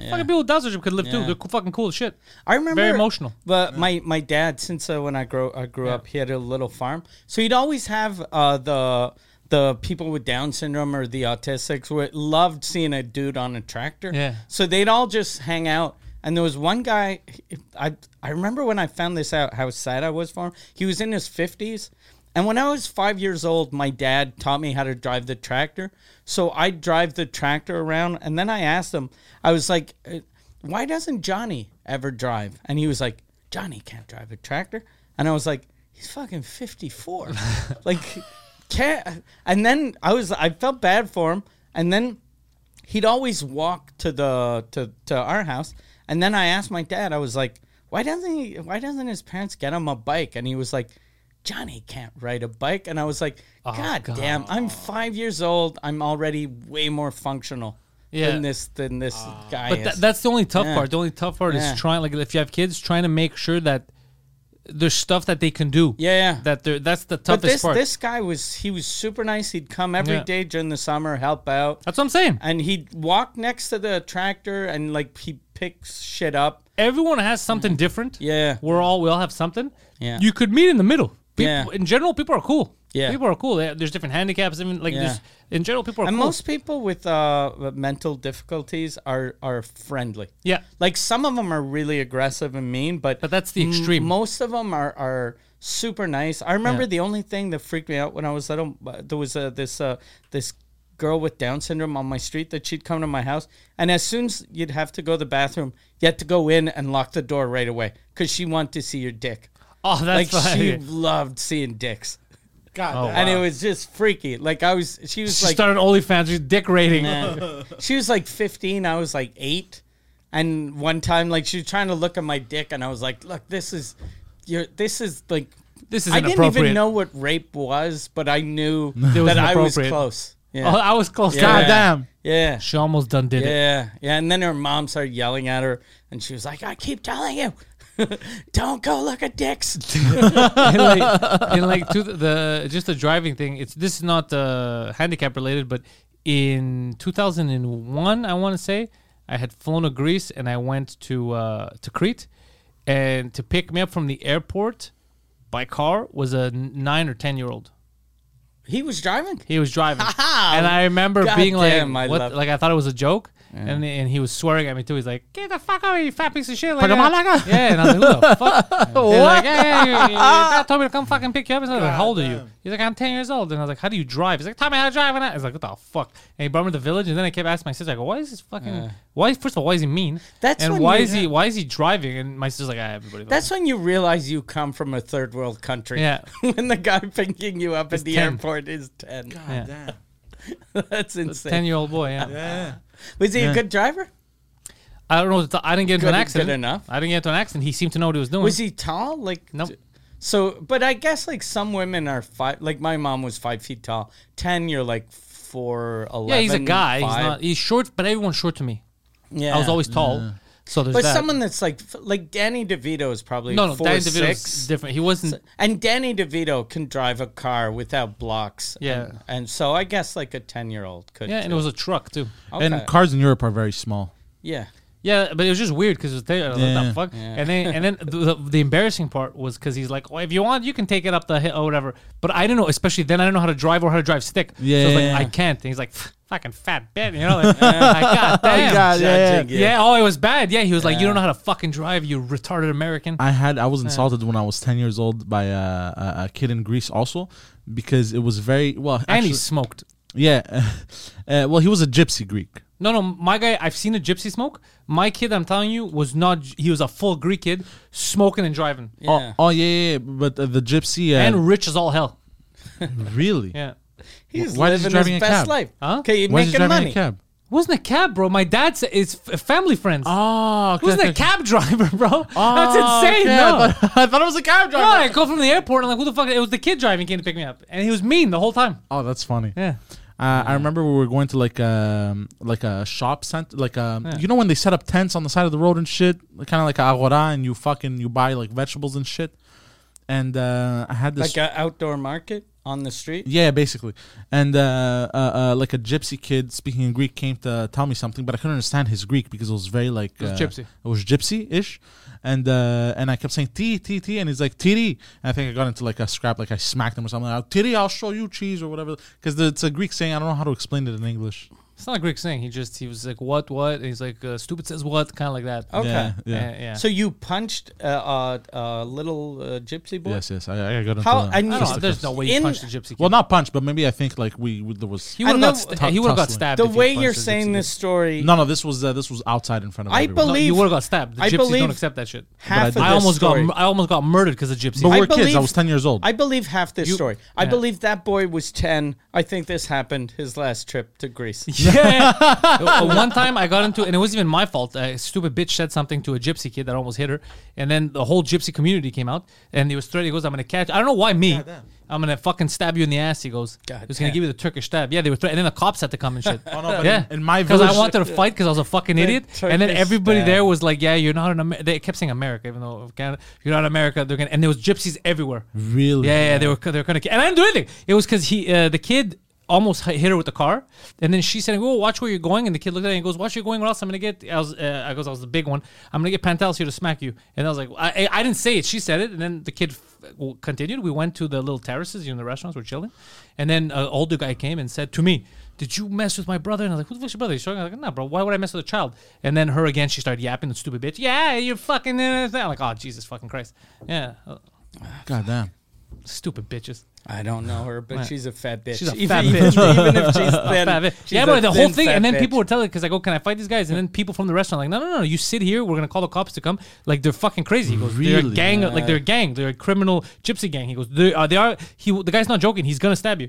A: Fucking people with Down syndrome could live too.
B: Yeah.
A: They're co- fucking cool as shit.
B: I remember
A: Very emotional.
B: But my my dad, since uh, when I grow I grew up, he had a little farm, so he'd always have uh, the the people with Down syndrome or the autistics. Who loved seeing a dude on a tractor.
A: Yeah.
B: So they'd all just hang out. And there was one guy, I I remember when I found this out how sad I was for him. He was in his fifties, and when I was five years old, my dad taught me how to drive the tractor. So I'd drive the tractor around, and then I asked him, I was like, "Uh, "Why doesn't Johnny ever drive?" And he was like, "Johnny can't drive a tractor," and I was like, "He's fucking fifty four, like." Can't, and then I was I felt bad for him, and then he'd always walk to the to, to our house and then i asked my dad i was like why doesn't he why doesn't his parents get him a bike and he was like johnny can't ride a bike and i was like
A: Oh,
B: god, damn i'm five years old i'm already way more functional
A: Yeah. Ah.
B: than this than this guy
A: But
B: is.
A: tha- that's the only tough
B: Yeah.
A: part. The only tough part
B: Yeah.
A: is trying, like, if you have kids, trying to make sure that there's stuff that they can do.
B: Yeah, yeah.
A: That they're, that's the
B: but
A: toughest
B: this
A: part.
B: this guy was he was super nice he'd come every day
A: Yeah.
B: during the summer help out
A: that's what I'm saying.
B: and he'd walk next to the tractor and like he picks shit up
A: Everyone has something different.
B: Mm-hmm. Yeah.
A: We're all, we all have something.
B: Yeah.
A: You could meet in the middle. People,
B: Yeah.
A: In general, people are cool.
B: Yeah.
A: People are cool. They- There's different handicaps. Even like,
B: Yeah.
A: there's, in general, people are
B: And
A: Oh, cool.
B: most people with uh, mental difficulties are are friendly.
A: yeah.
B: Like some of them are really aggressive and mean, but
A: But that's the
B: m-
A: extreme.
B: most of them are are super nice. I remember
A: Yeah.
B: the only thing that freaked me out when I was little. uh, There was uh, this uh, this girl with Down syndrome on my street that she'd come to my house, and as soon as you'd have to go to the bathroom, you had to go in and lock the door right away because she wanted to see your dick.
A: Oh, that's
B: like
A: funny. Oh,
B: she loved seeing dicks,
C: God,
B: and it was just freaky. Like I was, she was
A: She
B: like
A: started OnlyFans. She's dick rating.
B: Nah. she was like 15. I was like eight. And one time, like she was trying to look at my dick, and I was like, "Look, this is, your, this is like,
A: This is
B: I didn't even
A: inappropriate.
B: know what rape was, but I knew
A: was
B: that I was
A: inappropriate.
B: close. Yeah,
A: Oh, I was close.
B: Yeah.
C: God damn.
B: yeah,
A: She almost done did it.
B: yeah, yeah. And then her mom started yelling at her, and she was like, "I keep telling you." Don't go look at dicks.
A: and like, and like to the, the just the driving thing. It's this is not uh, handicap related, but in 2001, I want to say I had flown to Greece and I went to uh, to Crete, and to pick me up from the airport by car was a n- nine or ten year old.
B: He was driving.
A: He was driving, and I remember being
B: Goddamn, I
A: like, "What?"
B: love-
A: like I thought it was a joke, and and he was swearing at me too. He's like, "Get the fuck out, you fat piece of shit!" Like,
C: Pagamalaka.
A: that. yeah, and I was like, "Who the fuck?" He's like, "Yeah, yeah, yeah, yeah, yeah." Dad told me to come fucking pick you up. He's like, "How old are you?" He's like, "I'm ten years old." And I was like, "How do you drive?" He's like, "Tell me how to drive." And I I was like, "What the fuck?" And he brought me to the village, and then I kept asking my sister, "I go, why is this fucking? Why first of all, why is he mean?
B: That's
A: and
B: when
A: why
B: you-
A: is he why is he driving?" And my sister's like, "Ah, everybody."
B: That's when you realize you come from a third world country.
A: Yeah.
B: when the guy picking you up at the
A: 10.
B: airport is 10.
A: Yeah.
C: Damn.
B: That's
A: ten
B: insane.
A: year old boy. Yeah.
C: Yeah.
B: Was he a good driver?
A: I don't know. I didn't get into an
B: Good- good
A: accident.
B: enough.
A: I didn't get into an accident. He seemed to know what he was doing.
B: Was he tall? Like
A: Nope.
B: So, but I guess like some women are five. Like my mom was five feet tall. Ten, you're like four eleven.
A: yeah, he's a guy. He's
B: five.
A: not. He's short, but everyone's short to me.
B: Yeah,
A: I was always tall. So there's
B: But
A: that.
B: someone that's like like Danny DeVito is probably
A: no, no,
B: four
A: Dan
B: six.
A: DeVito's different. He wasn't.
B: and Danny DeVito can drive a car without blocks.
A: Yeah.
B: and, and so I guess like a ten year old could.
A: Yeah, and it was a truck too.
B: Okay.
C: And cars in Europe are very small.
B: yeah.
A: Yeah, but it was just weird because it was there. I was like, "What
C: Yeah.
A: the fuck?" And then and then the, the, the embarrassing part was because he's like, "Well, if you want, you can take it up the hill or whatever." But I didn't know, especially then, I didn't know how to drive or how to drive stick. so I was like,
C: Yeah.
A: "I can't." And he's like, "Fucking fat bitch," you know? Like, like, God damn.
C: God, yeah,
B: Judging
A: yeah.
B: you.
A: Oh, it was bad. Yeah, he was like, "You don't know how to fucking drive, you retarded American."
C: I had I was insulted when I was ten years old by a, a, a kid in Greece also because it was very well.
A: and he
C: actually-
A: smoked.
C: yeah, uh, well he was a gypsy Greek.
A: No, no, my guy. I've seen a gypsy smoke. My kid, I'm telling you, was not. He was a full Greek kid, smoking and driving,
B: Yeah.
C: Oh yeah, yeah, yeah, but uh, the gypsy uh,
A: and rich as all hell.
C: really
A: Yeah,
B: He's
C: why is he
B: living
C: driving
B: his
C: a
B: best
C: cab?
B: life.
A: Huh?
B: Okay, you're
C: Why is he
B: making
C: driving
B: money.
C: a cab?
A: wasn't a cab, bro. My dad's is f- family friends.
C: Oh, okay,
A: wasn't a
C: okay.
A: cab driver, bro.
C: Oh,
A: That's insane.
C: okay,
A: No.
C: I thought, I thought it was a cab
A: no,
C: driver.
A: I go from the airport and like, who the fuck? It was the kid driving came to pick me up, and he was mean the whole time.
C: Oh, that's funny.
A: Yeah.
C: Uh, I remember we were going to like um like a shop center, like um you know when they set up tents on the side of the road and shit, kind of like a agora, and you fucking you buy like vegetables and shit. And uh, I had this
B: Like an outdoor market on the street.
C: Yeah, basically. And uh, uh, uh, like a gypsy kid speaking in Greek came to tell me something, but I couldn't understand his Greek because it was very like
A: was
C: uh,
A: gypsy.
C: It was gypsy-ish, and uh, and I kept saying t t t, and he's like tiri. And I think I got into like a scrap, like I smacked him or something. Like, tiri, I'll show you cheese or whatever, because it's a Greek saying. I don't know how to explain it in English.
A: It's not a Greek saying. He just he was like, what, what? And he's like, uh, stupid says what, kind of like that.
B: Okay.
C: Yeah, yeah.
A: Yeah, yeah.
B: Oh, So you punched a uh, uh, uh, little uh, gypsy boy.
C: Yes, yes. I, I got into.
B: How-
C: uh,
B: I knew-
A: I don't know. There's
C: fisticuffs.
A: no way you
B: In-
A: punched a gypsy kid.
C: Well, not punch, but maybe I think like we, we there was.
A: he would have
B: I
A: got,
B: know-
A: sta- he would've got
C: tussling.
A: stabbed.
B: The
A: if he
B: way
A: punched
B: you're
A: a gypsy
B: saying
A: kid.
B: this story,
C: no, no. This was uh, this was outside in front of.
B: I
C: everyone.
A: No,
B: believe-
A: you would have got stabbed. The
B: I
A: gypsies
B: believe-
A: don't accept that shit.
C: I
B: half of
C: did.
A: I
B: this
A: almost
B: story-
A: got I almost got murdered because of gypsies.
C: But
B: I
C: we're kids. I
B: believe-
C: was ten years old.
B: I believe half this
A: You-
B: story. I
A: yeah.
B: believe that boy was 10. I think this happened his last trip to Greece.
A: Yeah. Uh, One time I got into, and it wasn't even my fault. A stupid bitch said something to a gypsy kid that almost hit her, and then the whole gypsy community came out, and he was threatening. He goes, "I'm gonna catch. I don't know why me. I'm gonna fucking stab you in the ass." He goes,
B: God
A: "He's gonna
B: damn.
A: give you the Turkish stab." Yeah, they were threatening. And then the cops had to come and shit.
C: Oh, no, but
A: yeah,
C: in- in my
A: because I
C: village-
A: wanted to fight because I was a fucking idiot, and then
B: Turkish
A: everybody
B: stab.
A: there was like, "Yeah, you're not an Amer-. They kept saying America, even though Canada, you're not America. They're gonna, and there was gypsies everywhere.
C: Really?
A: Yeah, yeah, they were they were kind of, and I didn't do anything. It was because he, uh, the kid, almost hi- hit her with the car, and then she said, "Oh, watch where you're going." And the kid looked at her and goes, "Watch where you're going. What else? I'm gonna get." I was, uh, I goes, "I was the big one. I'm gonna get Pantelis here to smack you." And I was like, I, I, I didn't say it. She said it, and then the kid f- w- continued. We went to the little terraces, you know, the restaurants. We're chilling, and then an older guy came and said to me. Did you mess with my brother? And I was like, "Who the fuck's your brother?" He's talking. I was like, "No, bro. Why would I mess with a child?" And then her again. She started yapping, "The stupid bitch." Yeah, you're fucking. uh, uh, uh." I'm like, "Oh Jesus fucking Christ." Yeah, uh,
C: God damn.
A: stupid bitches.
B: I don't know her, but she's a fat bitch.
A: She's a
B: even,
A: fat
B: even- even if she's thin.
A: Fat bit.
B: she's
A: yeah,
B: a
A: but the whole
B: thin
A: thing,
B: fat
A: and then
B: bitch.
A: people were telling because I go, "Can I fight these guys?" And then people from the restaurant like, "No, no, no, you sit here. We're gonna call the cops to come." Like they're fucking crazy. He goes, "They're a
C: Really?
A: gang, like they're a gang, they're a criminal gypsy gang." He goes, "They are, they are." He the guy's not joking. He's gonna stab you.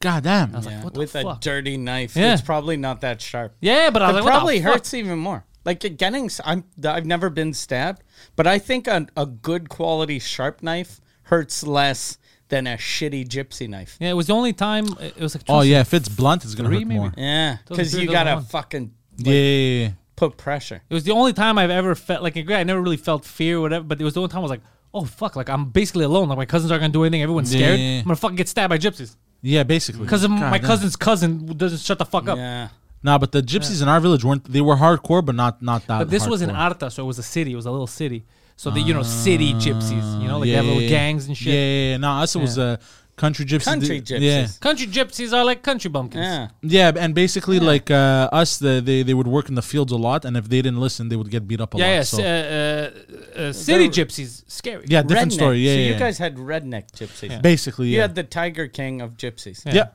C: God damn.
B: Yeah,
A: what the
B: with a
A: fuck?
B: dirty knife.
A: Yeah.
B: It's probably not that sharp.
A: Yeah, but I
B: It
A: was like,
B: probably
A: what the fuck?
B: hurts even more. Like uh, getting, s- I'm, th- I've never been stabbed, but I think a, a good quality sharp knife hurts less than a shitty gypsy knife.
A: Yeah, it was the only time it was like.
C: Oh yeah, if it's blunt, it's gonna
A: Three,
C: hurt
A: maybe?
C: more.
B: Yeah, because
A: do
B: you
A: the
B: gotta
A: one.
B: fucking
C: Yeah, yeah, yeah.
B: put pressure.
A: It was the only time I've ever felt like I never really felt fear or whatever, but it was the only time I was like, oh fuck, like I'm basically alone. Like my cousins aren't gonna do anything, everyone's
C: Yeah,
A: scared.
C: yeah, yeah.
A: I'm gonna fucking get stabbed by gypsies.
C: Yeah, basically.
A: Because of
C: God
A: my
C: damn.
A: cousin's cousin who doesn't shut the fuck up.
B: Yeah.
C: Nah, but the gypsies in our village weren't. They were hardcore, but not not that.
A: But this was in
C: hardcore.
A: Arta, so it was a city. It was a little city. So they, you know, city gypsies. You know, like
C: Ah, yeah,
A: they have little
C: Uh, yeah, yeah.
A: gangs and shit.
C: Yeah, yeah, yeah. Nah, us it was
A: Yeah.
C: uh, country gypsies.
B: Country
C: did-
B: gypsies.
C: Yeah.
A: Country gypsies are like country bumpkins.
B: Yeah.
C: Yeah, and basically, like uh, us, the, they they would work in the fields a lot, and if they didn't listen, they would get beat up a
A: Yeah,
C: lot.
A: yeah.
C: so.
A: s- uh, uh, uh, city
B: They're-
A: gypsies, scary.
C: yeah, different
B: Redneck.
C: story. Yeah,
B: so
C: yeah.
B: you guys had redneck gypsies.
C: yeah. basically,
B: You
C: yeah.
B: had the Tiger King of gypsies.
C: yeah,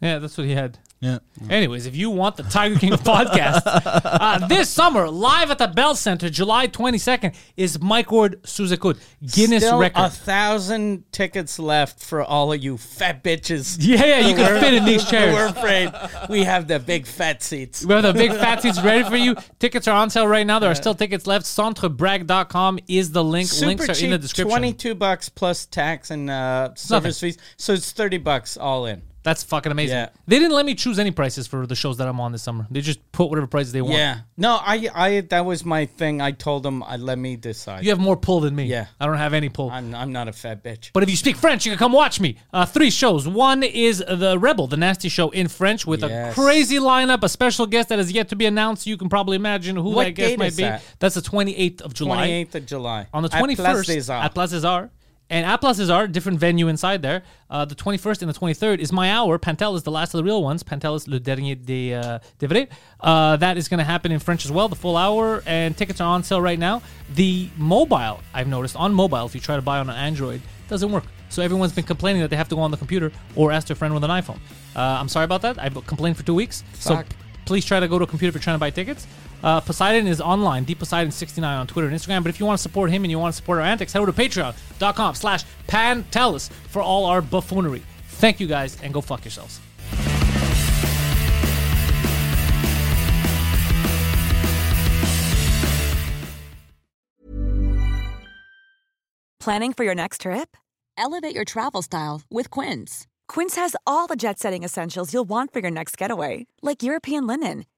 A: yeah, that's what he had.
C: yeah,
B: Mm.
A: Anyways, if you want the Tiger King podcast uh, this summer, live at the Bell Center, July 22nd, is Mike Ward Suzakut, Guinness
B: Still
A: record.
B: a thousand tickets left for all of you fat bitches.
A: yeah, yeah, you can fit in these
B: We're
A: chairs.
B: afraid we have the big fat seats.
A: We have the big fat seats ready for you. Tickets are on sale right now. There are still tickets left. Centrebrag.com is the link.
B: Super
A: Links are
B: cheap,
A: in the description.
B: twenty-two bucks plus tax and uh, service fees, so it's thirty bucks all in.
A: That's fucking amazing.
B: Yeah.
A: They didn't let me choose any prices for the shows that I'm on this summer. They just put whatever prices they want.
B: Yeah, no, I, I, that was my thing. I told them, I let me decide.
A: You have more pull than me.
B: Yeah.
A: I don't have any pull.
B: I'm, I'm not a fat bitch.
A: But if you speak French, you can come watch me. Uh, three shows. One is The Rebel, the nasty show in French with
B: Yes.
A: a crazy lineup, a special guest that is yet to be announced. You can probably imagine who
B: What
A: that guest
B: date
A: might
B: is
A: be.
B: that?
A: That's the 28th of July.
B: Twenty-eighth of July
A: On the
B: At Place
A: 21st
B: des Arts.
A: at Place des Arts. And at Place des Arts, different venue inside there. Uh, the 21st and the 23rd is my hour. Pantel is the last of the real ones. Pantel is Le Dernier des, uh, des Vrais. Uh, that is going to happen in French as well, the full hour. And tickets are on sale right now. The mobile, I've noticed, on mobile, if you try to buy on an Android, doesn't work. So everyone's been complaining that they have to go on the computer or ask their friend with an iPhone. Uh, I'm sorry about that. I complained for two weeks.
B: Fuck.
A: So please try to go to a computer if you're trying to buy tickets. Uh, Poseidon is online, dposeidon69 on Twitter and Instagram. But if you want to support him and you want to support our antics, head over to patreon.com slash pantelus for all our buffoonery. Thank you guys and go fuck yourselves.
F: Planning for your next trip? Elevate your travel style with Quince. Quince has all the jet setting essentials you'll want for your next getaway, like European linen,